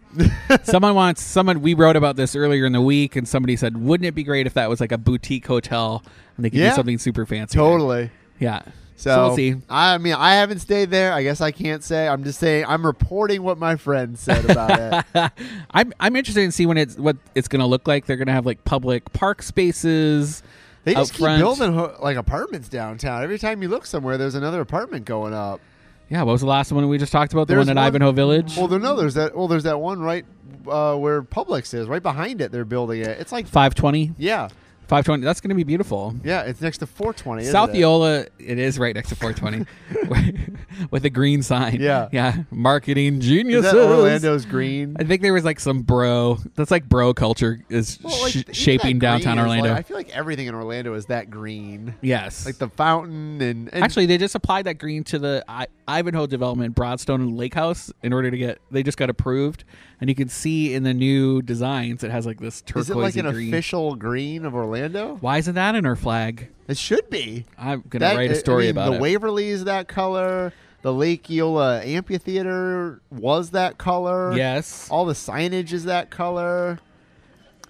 A: someone wants someone. We wrote about this earlier in the week, and somebody said, "Wouldn't it be great if that was like a boutique hotel and they could do
B: Yeah.
A: something super fancy?" there?"
B: Totally.
A: Yeah.
B: So,
A: we'll see.
B: I mean, I haven't stayed there. I guess I can't say. I'm just saying I'm reporting what my friend said about it.
A: I'm I'm interested in see when it's what it's going to look like. They're going to have like public park spaces.
B: They
A: out
B: just keep
A: front.
B: building ho- like apartments downtown. Every time you look somewhere, there's another apartment going up.
A: Yeah. What was the last one we just talked about? The
B: There's
A: one at
B: one-
A: Ivanhoe Village.
B: Well, there, no, there's that. Well, there's that one right uh, where Publix is, right behind it. They're building it. It's like,
A: Five twenty.
B: yeah,
A: 520. That's going to be beautiful.
B: Yeah, it's next to 420. isn't
A: South
B: it?
A: Eola, it is right next to 420 with a green sign.
B: Yeah.
A: Yeah. Marketing
B: Is
A: geniuses.
B: that Orlando's green?
A: I think there was like some bro. That's like bro culture is
B: Well, like,
A: sh-
B: even that
A: shaping
B: green
A: downtown
B: is like-
A: Orlando.
B: I feel like everything in Orlando is that green,
A: yes.
B: like the fountain and, and
A: Actually, they just applied that green to the I- Ivanhoe development, Broadstone and Lake House, in order to get. They just got approved, and you can see in the new designs it has like this turquoise
B: is it like an
A: green.
B: official green of Orlando?
A: Why isn't that in our flag?
B: It should be.
A: I'm gonna
B: That- uh,
A: write a
B: I- I
A: story
B: mean,
A: about
B: the
A: it.
B: Waverly is that color. The Lake Eola Amphitheater was that color.
A: yes,
B: All the signage is that color.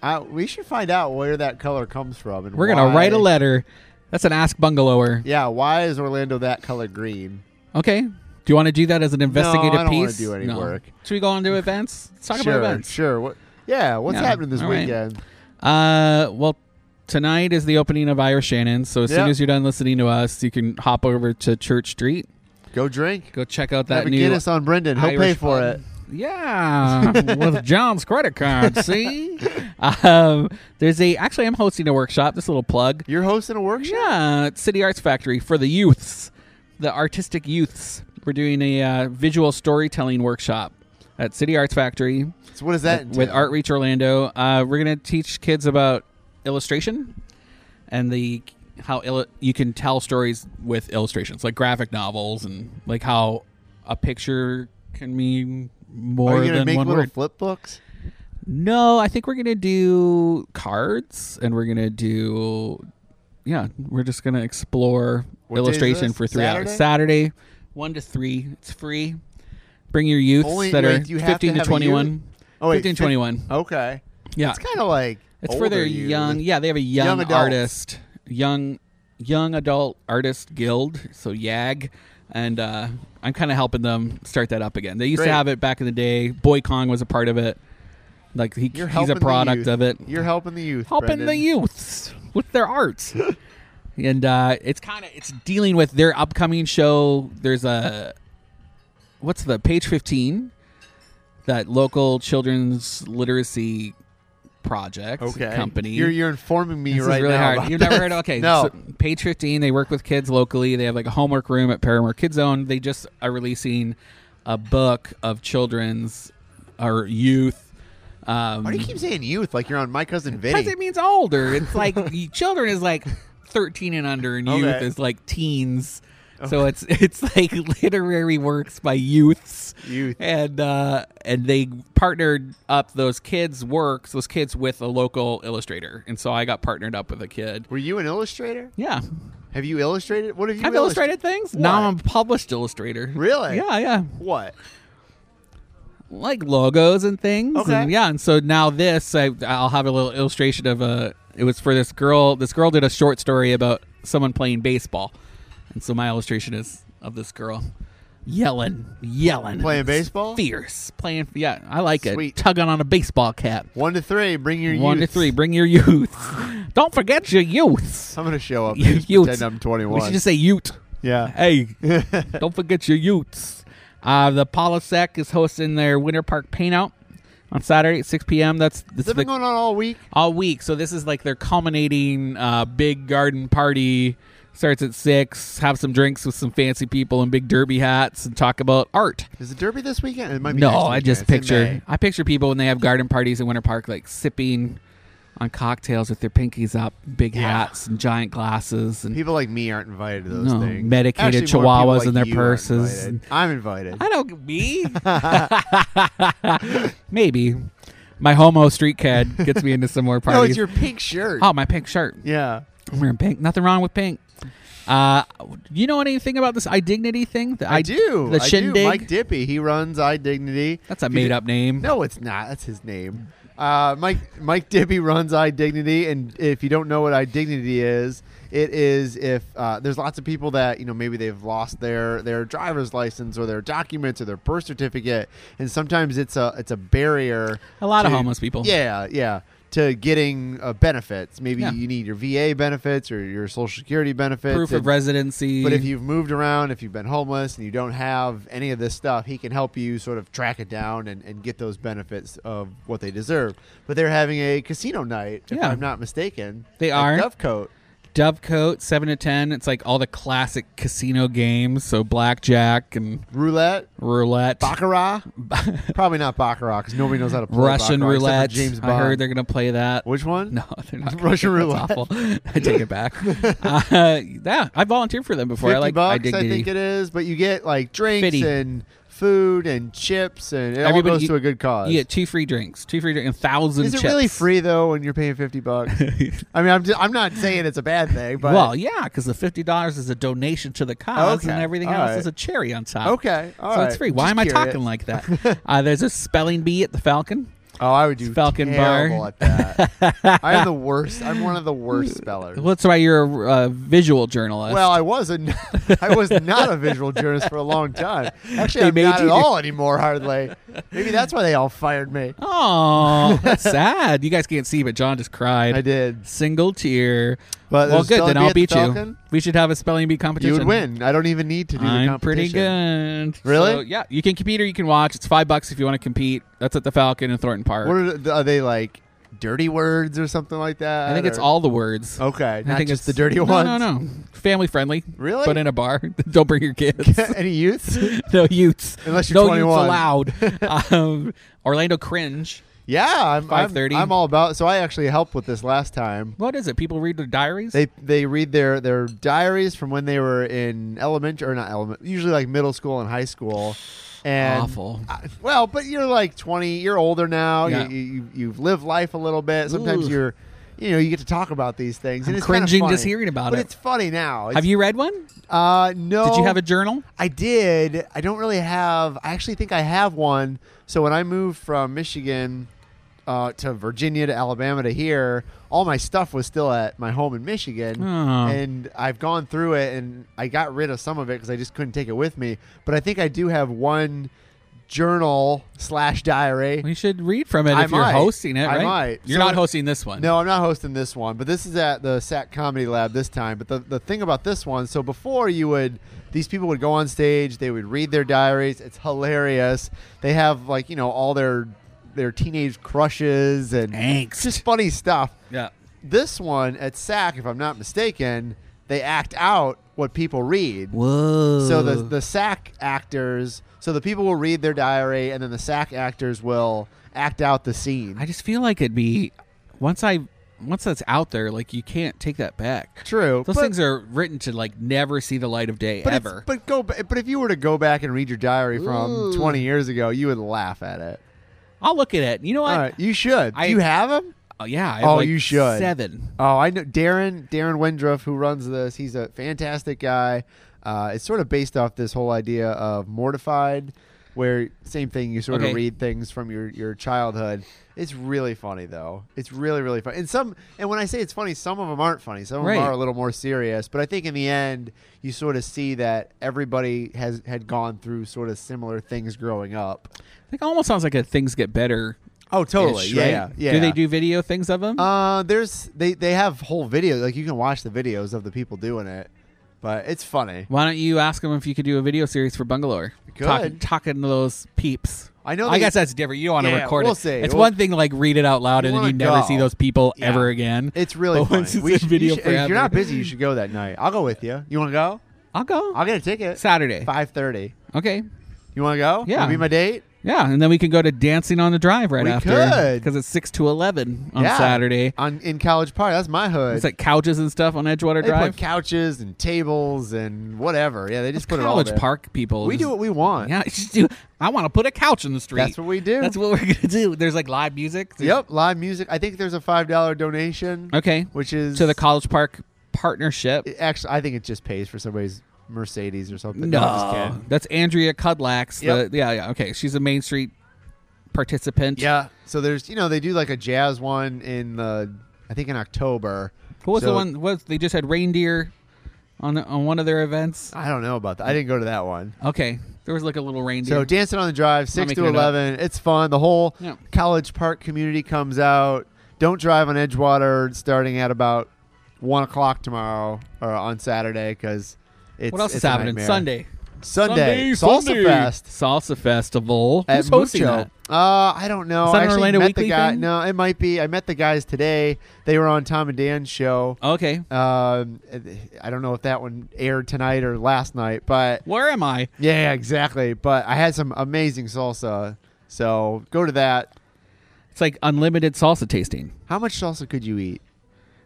B: I, we should find out where that color comes from. And
A: we're gonna
B: why-
A: write a letter. That's an ask bungalower.
B: Yeah, why is Orlando that color green?
A: Okay. Do you want to do that as an investigative
B: I don't wanna
A: piece?
B: do any work.
A: Should we go on to events? Let's talk
B: sure,
A: about events.
B: sure. What? Yeah, what's
A: Yeah,
B: happening this
A: all right.
B: weekend?
A: Uh, well, tonight is the opening of Irish Shannon. So as soon
B: Yep.
A: as you're done listening to us, you can hop over to Church Street.
B: Go drink.
A: Go check out
B: Have
A: that
B: a
A: new
B: Guinness on Brendan. He'll pay
A: Irish
B: for
A: pub.
B: it.
A: Yeah, with John's credit card. See, um, there's a. Actually, I'm hosting a workshop. This little plug.
B: You're hosting a workshop.
A: Yeah, at City Arts Factory for the youths, the artistic youths. We're doing a uh, visual storytelling workshop at City Arts Factory
B: So what does that
A: with
B: entail?
A: Artreach Orlando. Uh, we're gonna teach kids about illustration and the how illu- you can tell stories with illustrations, like graphic novels, and like how a picture can mean
B: Are
A: more
B: you gonna
A: than
B: make
A: one
B: little
A: word.
B: flip books?
A: No, I think we're gonna do cards, and we're gonna do yeah, we're just gonna explore
B: What day is
A: illustration
B: this?
A: for three hours.
B: Saturday?
A: Saturday, one to three. It's free. Bring your youths
B: Only-
A: that
B: wait,
A: are
B: you have to
A: fifteen to
B: have a
A: twenty one.
B: youth? Oh, wait,
A: 15
B: fif-
A: 21.
B: Okay,
A: Yeah,
B: it's kind of like
A: it's for their
B: older youth.
A: young. Yeah, they have a young,
B: adults.
A: artist, young young adult artist guild, so YAG, and uh, I'm kind of helping them start that up again. They used to
B: Great.
A: have it back in the day. Boy Kong was a part of it. Like he,
B: You're
A: he's
B: helping
A: a
B: the
A: product
B: youth.
A: of it.
B: You're helping the youth.
A: helping
B: Brendan.
A: the youths with their art. and uh, it's kind of it's dealing with their upcoming show. There's a what's the page 15 that local children's literacy project
B: Okay.
A: company.
B: You're you're informing me
A: this
B: right
A: is really
B: now.
A: hard.
B: about
A: You've
B: this.
A: never heard of okay.
B: No.
A: so page 15, they work with kids locally. They have like a homework room at Paramore Kids Zone. They just are releasing a book of children's or youth um,
B: Why do you keep saying youth? Like you're on my cousin
A: because
B: Vinny.
A: it means older. It's like y- children is like thirteen and under, and youth
B: Okay.
A: is like teens. So it's it's like literary works by youths,
B: Youth.
A: and uh, and they partnered up those kids' works, those kids with a local illustrator, and so I got partnered up with a kid.
B: Were you an illustrator?
A: Yeah,
B: Have you illustrated? What have you
A: I've illustrated things. Now I'm a published illustrator.
B: Really?
A: Yeah, yeah,
B: What?
A: like logos and things.
B: Okay.
A: And, yeah, and so now this, I, I'll have a little illustration of a. It was for this girl. This girl did a short story about someone playing baseball, and so my illustration is of this girl yelling, yelling,
B: Playing
A: It's
B: baseball?
A: fierce, playing. Yeah, I like it.
B: Sweet.
A: Tugging on a baseball cap.
B: One to three. Bring your
A: One
B: youth.
A: to three. Bring your youths. Don't forget your youths.
B: I'm gonna show up. And
A: Youths.
B: just pretend I'm
A: We should
B: 21.
A: just say youth.
B: yeah.
A: Hey, don't forget your utes. Uh, the Polysec is hosting their Winter Park paintout on Saturday at 6 p.m. That's this
B: Has it been going on all week?
A: all week. So this is like their culminating uh, big garden party. Starts at 6. Have some drinks with some fancy people in big derby hats and talk about art.
B: Is the derby this weekend? It might be. next
A: No, I
B: weekend.
A: just
B: It's in
A: picture
B: May.
A: I picture people when they have garden parties in Winter Park like sipping on cocktails with their pinkies up, big
B: Yeah.
A: hats and giant glasses and
B: People like me aren't invited to those
A: No,
B: things.
A: medicated
B: Actually, more people
A: chihuawas
B: like
A: in their
B: you aren't
A: purses.
B: invited. I'm invited.
A: I don't me. Maybe my homo street cad gets me into some more
B: No,
A: parties.
B: it's your pink shirt.
A: oh, my pink shirt.
B: Yeah.
A: I'm wearing pink. Nothing wrong with pink. Uh, you know anything about this idignity thing? The
B: I,
A: id-
B: do.
A: The
B: I
A: shindig.
B: Do. Mike Dippy. He runs I Dignity.
A: That's a
B: He did-
A: made up name.
B: No, it's not. That's his name. Uh, Mike Mike Dippy runs I Dignity, and if you don't know what I Dignity is, it is if uh, there's lots of people that you know maybe they've lost their their driver's license or their documents or their birth certificate, and sometimes it's a it's a barrier.
A: A lot of
B: to-
A: homeless people.
B: Yeah, yeah. to getting uh, benefits. Maybe
A: Yeah.
B: you need your VA benefits or your Social Security benefits.
A: Proof
B: and-
A: of residency.
B: but if you've moved around, if you've been homeless, and you don't have any of this stuff, he can help you sort of track it down and, and get those benefits of what they deserve. But they're having a casino night, if
A: Yeah.
B: I'm not mistaken.
A: They
B: at
A: are.
B: Dovecote.
A: Dovecote, 7 to 10. It's like all the classic casino games. So blackjack and
B: Roulette,
A: roulette.
B: Baccarat. Probably not Baccarat because nobody knows how to play
A: Russian
B: baccarat, except for
A: roulette.
B: James Bond.
A: I heard they're going to play that.
B: Which one?
A: No, they're not. gonna
B: Russian
A: do it.
B: roulette.
A: That's awful. I take it back. uh, yeah, I volunteered for them before.
B: 50
A: I like.
B: bucks,
A: I dig
B: think it is. But you get like drinks
A: 50.
B: and food and chips, and it
A: Everybody-
B: all goes
A: you-
B: to a good cause.
A: You get two free drinks, two free drinks, and thousand.
B: Is it
A: chips.
B: really free though when you're paying fifty bucks? I mean, I'm just, I'm not saying it's a bad thing, but
A: well, yeah, because the fifty dollars is a donation to the cause,
B: Okay,
A: and everything
B: all
A: else
B: right.
A: is a cherry on top.
B: okay, all
A: so
B: right.
A: it's free. Why
B: Just
A: am I
B: curious.
A: talking like that? uh, there's a spelling bee at the Falcon.
B: Oh, I would do
A: Falcon
B: terrible
A: Bar?
B: at that. I am the worst. I'm one of the worst spellers.
A: Well, that's why you're a uh, visual journalist.
B: Well, I was a, I was not a visual journalist for a long time. Actually,
A: They
B: I'm
A: made
B: not
A: you-
B: at all anymore. Hardly. Maybe that's why they all fired me.
A: oh, that's sad. You guys can't see, but John just cried.
B: I did.
A: Single tear. well,
B: But there's
A: good.
B: spelling
A: Then
B: bee
A: I'll
B: at the
A: beat you.
B: Falcon?
A: We should have a spelling bee
B: You
A: competition.
B: would win. I don't even need to do the
A: I'm pretty
B: competition.
A: good.
B: Really?
A: So, yeah, you can compete or you can watch. It's five bucks if you want to compete. That's at the Falcon in Thornton Park.
B: What are, the, are they like? Dirty words or something like that?
A: I think it's
B: or-
A: all the words.
B: okay. Not
A: I think
B: just
A: it's
B: the dirty
A: no,
B: ones.
A: No, no, Family friendly.
B: Really?
A: But in a bar. Don't bring your kids.
B: Any youths?
A: no youths.
B: Unless you're
A: no
B: 21.
A: youths allowed. um, Orlando cringe.
B: Yeah, I'm, I'm
A: 5:30.
B: I'm all about. So I actually helped with this last time.
A: What is it? People read their diaries.
B: They they read their their diaries from when they were in elementary or not elementary, usually like middle school and high school. And
A: Awful.
B: I- well, but you're like 20. You're older now.
A: Yeah.
B: You, you you've lived life a little bit. Sometimes
A: Ooh.
B: you're. You know, you get to talk about these things.
A: I'm
B: and it's kinda
A: cringing just
B: funny.
A: hearing about
B: but
A: it.
B: it's funny now. It's,
A: Have you read one?
B: Uh, no.
A: Did you have a journal?
B: I did. I don't really have. I actually think I have one. So when I moved from Michigan uh, to Virginia to Alabama to here, all my stuff was still at my home in Michigan,
A: Oh.
B: and I've gone through it and I got rid of some of it because I just couldn't take it with me. But I think I do have one journal slash diary.
A: We should read from it
B: I
A: if you're
B: might.
A: hosting it,
B: I
A: right?
B: might.
A: You're
B: So
A: not
B: it-
A: hosting this one.
B: No, I'm not hosting this one, but this is at the SAC Comedy Lab this time. But the, the thing about this one, so before you would, these people would go on stage, they would read their diaries. It's hilarious. They have like you know all their their teenage crushes and
A: Angst.
B: just funny stuff.
A: Yeah.
B: This one at SAC, if I'm not mistaken, they act out what people read.
A: Whoa.
B: So the the SAC actors, so the people will read their diary, and then the SAC actors will act out the scene.
A: I just feel like it'd be once I once that's out there, like you can't take that back.
B: True.
A: Those
B: but-
A: things are written to like never see the light of day
B: But it's-
A: ever.
B: But go. ba- But if you were to go back and read your diary from
A: Ooh.
B: 20 years ago, you would laugh at it.
A: I'll look at it. You know what?
B: All right, you should.
A: I-
B: Do you have them?
A: Oh, yeah. I have,
B: Oh,
A: like,
B: you should.
A: Seven.
B: Oh, I know Darren. Darren Wendruff, who runs this, he's a fantastic guy. Uh, it's sort of based off this whole idea of mortified, where same thing. You sort
A: Okay.
B: of read things from your your childhood. It's really funny though. It's really really funny. And some and when I say it's funny, some of them aren't funny. Some of
A: Right.
B: them are a little more serious. But I think in the end, you sort of see that everybody has had gone through sort of similar things growing up.
A: Like almost sounds like a things get better.
B: Oh,
A: right?
B: Yeah, yeah.
A: Do they do video things of them?
B: Uh, there's they they have whole videos like you can watch the videos of the people doing it, but it's funny.
A: Why don't you ask them if you could do a video series for Bungalow?
B: Good.
A: Talking, talking to those peeps.
B: I know
A: I
B: they-
A: guess that's different. You don't want to
B: Yeah,
A: record
B: we'll
A: it.
B: see.
A: It's
B: We'll-
A: one thing to like read it out loud
B: You
A: and then you
B: wanna
A: never
B: go.
A: see those people
B: Yeah.
A: ever again.
B: It's really
A: But
B: funny.
A: once it's
B: We
A: in
B: should-
A: video
B: you should- if
A: forever.
B: you're not busy, you should go that night. I'll go with you. You want to go?
A: I'll go.
B: I'll get a ticket.
A: Saturday.
B: Five thirty.
A: Okay.
B: You want to go?
A: Yeah.
B: Wanna Be my date.
A: Yeah, and then we can go to Dancing on the Drive right
B: We
A: after
B: could.
A: because it's six to eleven on
B: Yeah.
A: Saturday.
B: on in College Park. That's my hood.
A: It's like couches and stuff on Edgewater
B: they
A: Drive.
B: put couches and tables and whatever. Yeah, they just put it all
A: College
B: there.
A: Park people.
B: We
A: just-
B: do what we want.
A: Yeah, just do. I want to put a couch in the street.
B: That's what we do.
A: That's what we're gonna do. There's like live music. There's-
B: Yep, live music. I think there's a five dollar donation,
A: Okay.
B: which is
A: To the College Park partnership.
B: it- actually, I think it just pays for somebody's Mercedes or something. I'm just
A: No,
B: kidding.
A: that's Andrea Cudlax.
B: Yep.
A: The, yeah, yeah. Okay, she's a Main Street participant.
B: Yeah. So there's, you know, they do like a jazz one in the, I think in October.
A: What was the
B: So-
A: one? Was they just had reindeer on the, on one of their events?
B: I don't know about that. I didn't go to that one.
A: Okay, there was like a little reindeer.
B: So dancing on the drive, six to
A: making it up.
B: eleven. It's fun. The whole
A: Yeah.
B: College Park community comes out. don't drive on Edgewater starting at about one o'clock tomorrow or on Saturday because it's
A: What else
B: it's
A: is
B: a
A: happening?
B: nightmare.
A: Sunday.
B: Sunday,
A: Sunday,
B: Salsa
A: Sunday.
B: Fest
A: Salsa Festival.
B: at
A: Who's hosting
B: Mucho.
A: that?
B: Uh, I don't know.
A: Is that
B: I
A: an
B: actually
A: Orlando
B: met
A: Weekly
B: the guy.
A: thing?
B: No, it might be. I met the guys today. They were on Tom and Dan's show.
A: Okay.
B: Um, I don't know if that one aired tonight or last night, but
A: Where am I?
B: yeah, exactly. But I had some amazing salsa. So go to that.
A: It's like unlimited salsa tasting.
B: How much salsa could you eat?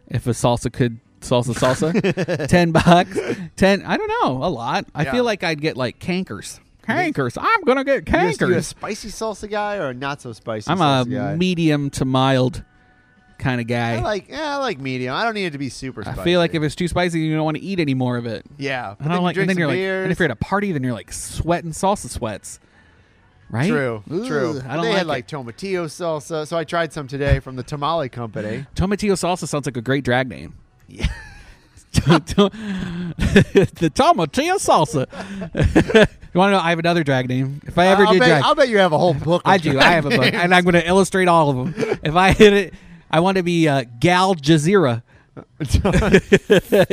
A: If a salsa could salsa salsa, ten bucks, ten. I don't know, a lot. I
B: Yeah.
A: feel like I'd get like cankers. Cankers. I'm gonna get
B: You a- you a
A: cankers.
B: spicy salsa guy or a not so spicy?
A: I'm
B: salsa
A: a
B: guy?
A: medium to mild kind of guy.
B: I like yeah, I like medium. I don't need it to be super.
A: I
B: spicy.
A: feel like if it's too spicy, you don't want to eat any more of it.
B: yeah, but
A: And I
B: then
A: don't like,
B: you
A: and
B: drink
A: then
B: some
A: you're like,
B: beers.
A: and if you're at a party, then you're like sweating salsa sweats, right?
B: True,
A: Ooh,
B: true.
A: I don't
B: they
A: like,
B: had like tomatillo salsa, so I tried some today from the tamale company.
A: it. tomatillo salsa. Sounds like a great drag name.
B: Yeah.
A: the tomatillo salsa. you want to know? I have another drag name. If I ever
B: I'll,
A: did
B: bet,
A: drag,
B: I'll bet you have a whole book. of
A: I do. I have a book, and I'm going to illustrate all of them. If I hit it, I want to be uh, Gal Jazeera. That's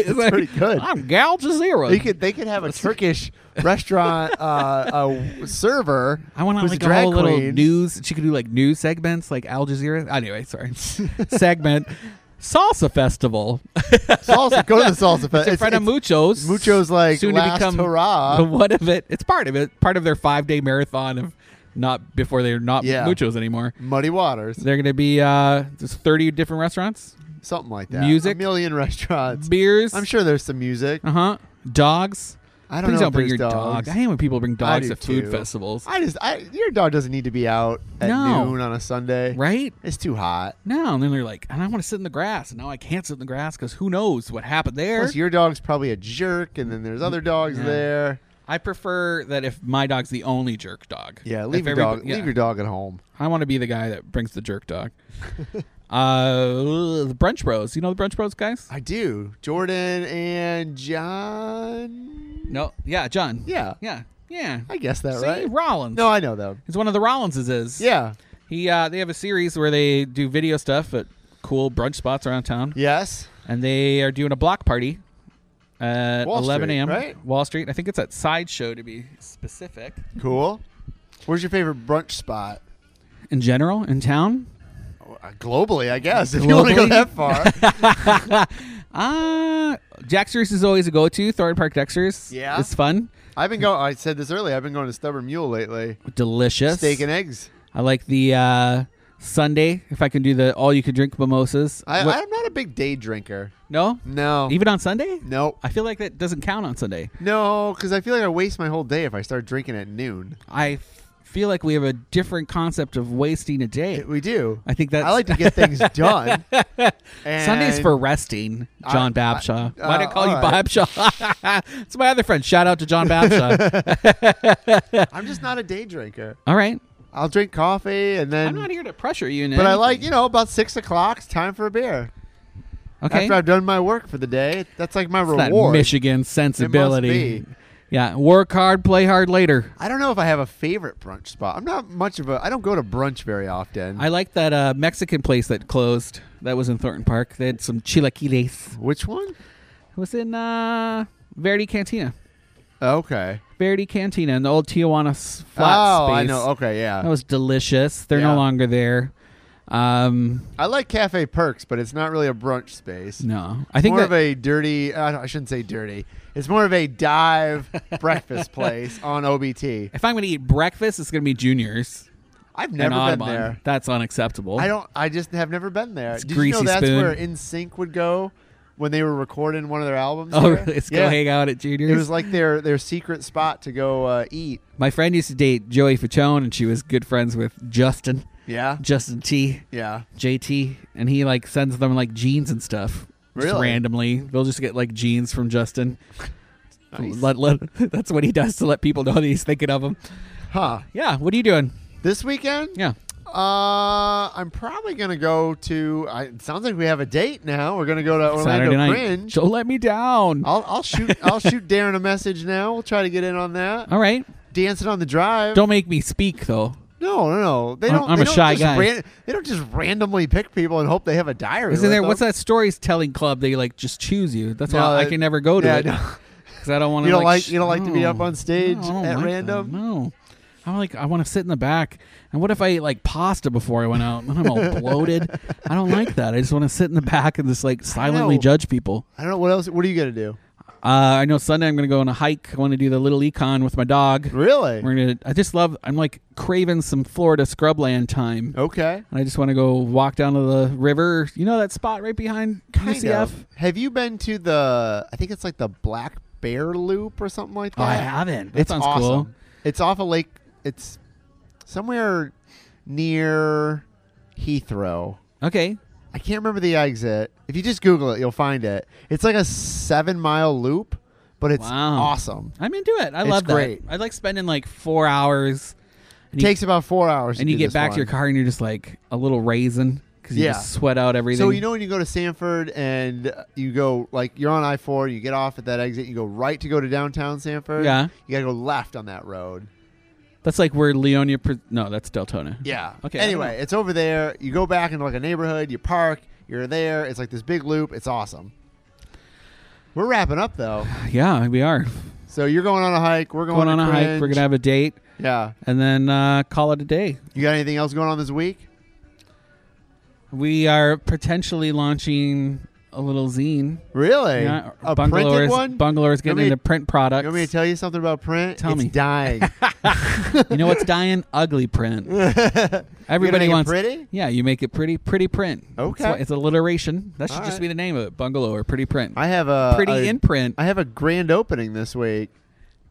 B: pretty good.
A: I'm Gal Jazeera.
B: They could they could have a Turkish restaurant uh, a server.
A: I want to
B: who's
A: like
B: a
A: a
B: drag
A: whole little
B: queen.
A: news. She could do like news segments, like Al Jazeera. Anyway, sorry, segment salsa festival.
B: salsa. Go to the salsa fest.
A: It's in front of Muchos.
B: Muchos, like,
A: soon to
B: last
A: become
B: hurrah.
A: the what of it. It's part of it. Part of their five day marathon of not before they're not
B: Yeah.
A: Muchos anymore.
B: muddy waters,
A: They're going to be uh, there's thirty different restaurants,
B: something like that.
A: Music.
B: a million restaurants.
A: beers.
B: I'm sure there's some music.
A: Uh huh. Dogs.
B: I don't
A: Please
B: know
A: don't
B: if
A: bring your
B: there's
A: dog.
B: dogs.
A: I hate when people bring dogs
B: do
A: to food
B: too.
A: festivals.
B: I just I, your dog doesn't need to be out at
A: No.
B: noon on a Sunday.
A: Right?
B: It's too hot.
A: No, and then they're like, and I want to sit in the grass, and now I can't sit in the grass because who knows what happened there.
B: Plus, your dog's probably a jerk, and then there's other dogs
A: Yeah.
B: there.
A: I prefer that if my dog's the only jerk dog.
B: Yeah,
A: If
B: leave your
A: everybo-
B: dog.
A: yeah.
B: Leave your dog at home.
A: I want to be the guy that brings the jerk dog. uh, the Brunch Bros. You know the Brunch Bros guys?
B: I do. Jordan and John.
A: No. Yeah, John.
B: Yeah,
A: Yeah. Yeah.
B: I guess that
A: See,
B: right.
A: Rollins.
B: No, I know them.
A: It's one of the Rollinses. Is
B: Yeah.
A: He uh, they have a series where they do video stuff at cool brunch spots around town,
B: Yes.
A: and they are doing a block party at
B: Wall
A: 11
B: Street,
A: a.m.
B: right?
A: Wall Street. I think it's at Sideshow to be specific.
B: Cool. Where's your favorite brunch spot?
A: In general, in town,
B: Uh, Globally, I guess. If you want to go
A: Globally?
B: that far.
A: Uh Dexter's is always a go to. Thornton Park Dexter's.
B: Yeah.
A: It's fun.
B: I've been going. I said this earlier. I've been going to Stubborn Mule lately.
A: Delicious.
B: Steak and eggs.
A: I like the uh Sunday, if I can do the all you can drink mimosas.
B: I,
A: What-
B: I'm not a big day drinker.
A: no?
B: No.
A: Even on Sunday?
B: no.
A: I feel like that doesn't count on Sunday.
B: No, because I feel like I waste my whole day if I start drinking at noon.
A: I f- feel like we have a different concept of wasting a day.
B: We do.
A: I think that's
B: I like to get things done. And
A: Sundays for resting, John
B: I-
A: Babshaw.
B: I-
A: Why did I
B: uh,
A: call you
B: all right.
A: Babshaw? it's my other friend. Shout out to John Babshaw.
B: I'm just not a day drinker.
A: all right.
B: I'll drink coffee and then.
A: I'm not here to pressure you. in
B: but I
A: anything.
B: like you know about six o'clock. It's time for a beer.
A: Okay.
B: After I've done my work for the day, that's like my
A: It's that
B: reward.
A: Michigan sensibility.
B: It must be.
A: Yeah, work hard, play hard later.
B: I don't know if I have a favorite brunch spot. I'm not much of a. I don't go to brunch very often.
A: I like that uh, Mexican place that closed. That was in Thornton Park. They had some chilaquiles.
B: Which one?
A: It was in uh, Verdi Cantina.
B: Okay.
A: Verdi Cantina in the old Tijuana s- flat
B: oh,
A: space.
B: I know. Okay,
A: That
B: yeah.
A: was delicious. They're
B: Yeah.
A: no longer there. Um,
B: I like Cafe Perks, but it's not really a brunch space.
A: no, I think
B: more
A: that,
B: of a dirty. uh, I, don't- I shouldn't say dirty. It's more of a dive breakfast place on OBT.
A: if I'm going to eat breakfast, it's going to be Juniors
B: I've
A: in
B: never been
A: Audubon.
B: there.
A: That's unacceptable.
B: I don't. I just have never been there.
A: It's
B: Did you know
A: greasy
B: that's
A: spoon.
B: where In Sync would go when they were recording one of their albums?
A: Oh,
B: there?
A: really? Let's
B: Yeah.
A: go hang out at Juniors.
B: It was like their their secret spot to go uh, eat.
A: My friend used to date Joey Fatone, and she was good friends with Justin,
B: Yeah.
A: Justin T,
B: Yeah.
A: JT, and he like sends them like jeans and stuff. Just
B: Really?
A: randomly, they'll just get like jeans from Justin.
B: Nice.
A: Let- let- that's what he does to let people know that he's thinking of them.
B: Huh.
A: Yeah. What are you doing?
B: This weekend?
A: Yeah.
B: Uh, I'm probably gonna go to. I, it sounds like we have a date now. We're gonna go to Orlando
A: Saturday night.
B: Fringe.
A: Don't let me down.
B: I'll, I'll shoot. I'll shoot
A: Uh,
B: Darren a message now. We'll try to get in on that.
A: All right.
B: Dancing on the drive.
A: Don't make me speak though.
B: No, no, no. They
A: I'm-
B: don't.
A: I'm
B: they
A: a
B: don't
A: shy
B: just
A: guy.
B: ran- they don't just randomly pick people and hope they have a diary.
A: Isn't
B: with
A: there?
B: them.
A: What's that storytelling club? They like just choose you. That's
B: No,
A: why I
B: that-
A: can never go to
B: yeah,
A: it
B: no.
A: because I don't want to.
B: You don't like-
A: sh-
B: you don't like to be up on stage
A: No, I don't
B: at
A: like
B: random?
A: that. No, I'm like I want to sit in the back. And what if I ate like pasta before I went out? And I'm all bloated. I don't like that. I just want to sit in the back and just like silently
B: know.
A: judge people.
B: I don't know what else. What are you gonna do?
A: Uh, I know Sunday I'm going to go on a hike. I want to do the little econ with my dog.
B: Really?
A: We're gonna. I just love. I'm like craving some Florida scrubland time.
B: Okay.
A: And I just want to go walk down to the river. You know that spot right behind
B: Kind
A: UCF.
B: of. uh, Have you been to the? I think it's like the Black Bear Loop or something like that.
A: Oh, I haven't. That
B: It's
A: sounds
B: awesome.
A: cool.
B: It's off a lake. It's somewhere near Heathrow.
A: Okay.
B: I can't remember the exit. If you just Google it, you'll find it. It's like a seven mile loop, but it's
A: Wow.
B: awesome.
A: I'm into it. I
B: It's
A: love that.
B: great.
A: I like spending like four hours,
B: It
A: You-
B: takes about four hours.
A: and
B: to
A: you
B: do
A: get
B: this
A: back
B: one.
A: to your car, and you're just like a little raisin because you
B: Yeah.
A: just sweat out everything.
B: So you know when you go to Sanford and uh, you go like you're on I four, you get off at that exit, you go right to go to downtown Sanford.
A: Yeah.
B: you gotta go left on that road.
A: that's like where Leonia. Pre- no, that's Deltona.
B: Yeah.
A: Okay, I don't
B: Anyway, it's over there. You go back into like a neighborhood. You park. You're there. It's like this big loop. It's awesome. We're wrapping up though.
A: Yeah, we are
B: So you're going on a hike. We're going,
A: going on
B: to
A: a hike.
B: Cringe.
A: We're gonna have a date,
B: yeah.
A: and then uh, call it a day.
B: You got anything else going on this week?
A: We are potentially launching a little zine.
B: Really?
A: Yeah,
B: a
A: Bungalore
B: printed
A: is-
B: one?
A: Bungalore is
B: You want
A: getting
B: me-
A: into print products.
B: you want me to tell you something about print?
A: Tell
B: it's
A: me.
B: dying.
A: You know what's dying? Ugly print. Everybody
B: make it
A: wants
B: pretty?
A: Yeah, you make it pretty, pretty print. That's
B: Okay.
A: why- it's alliteration. That should
B: All
A: just
B: right.
A: be the name of it. Bungalow or pretty print.
B: I have a
A: pretty
B: a-
A: in print.
B: I have a grand opening this week.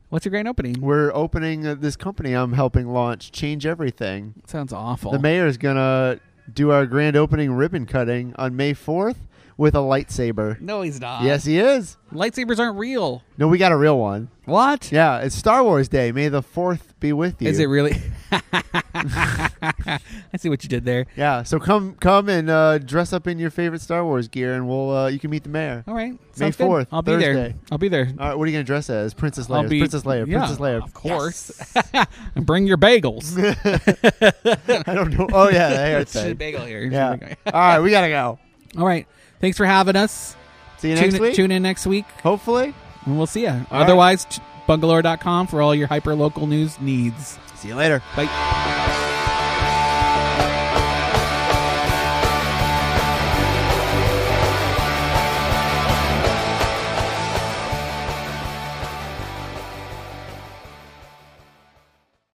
A: What's your grand opening?
B: We're opening uh, this company I'm helping launch, Change Everything.
A: Sounds awful.
B: The mayor is going to do our grand opening ribbon cutting on May 4th with a lightsaber.
A: no, he's not.
B: yes, he is.
A: lightsabers aren't real.
B: No, we got a real one.
A: What?
B: Yeah, it's Star Wars Day. May the 4th be with you.
A: Is it really? I see what you did there.
B: Yeah, so come come and uh, dress up in your favorite Star Wars gear and we'll uh, you can meet the mayor.
A: All right,
B: May
A: sounds good.
B: 4th,
A: I'll be there.
B: Thursday.
A: I'll be there.
B: All right, what are you going to dress as? Princess
A: I'll
B: Leia.
A: be
B: Princess Leia.
A: yeah,
B: Princess Leia.
A: Of course. and bring your bagels.
B: I don't know. Oh yeah, that hair thing.
A: bagel here.
B: Yeah. All right, we gotta go.
A: All right. Thanks for having us.
B: See you
A: tune,
B: next week.
A: tune in next week,
B: Hopefully.
A: and we'll see you.
B: right.
A: Otherwise, right. bungalore.com for all your hyper local news needs.
B: See you later.
A: Bye.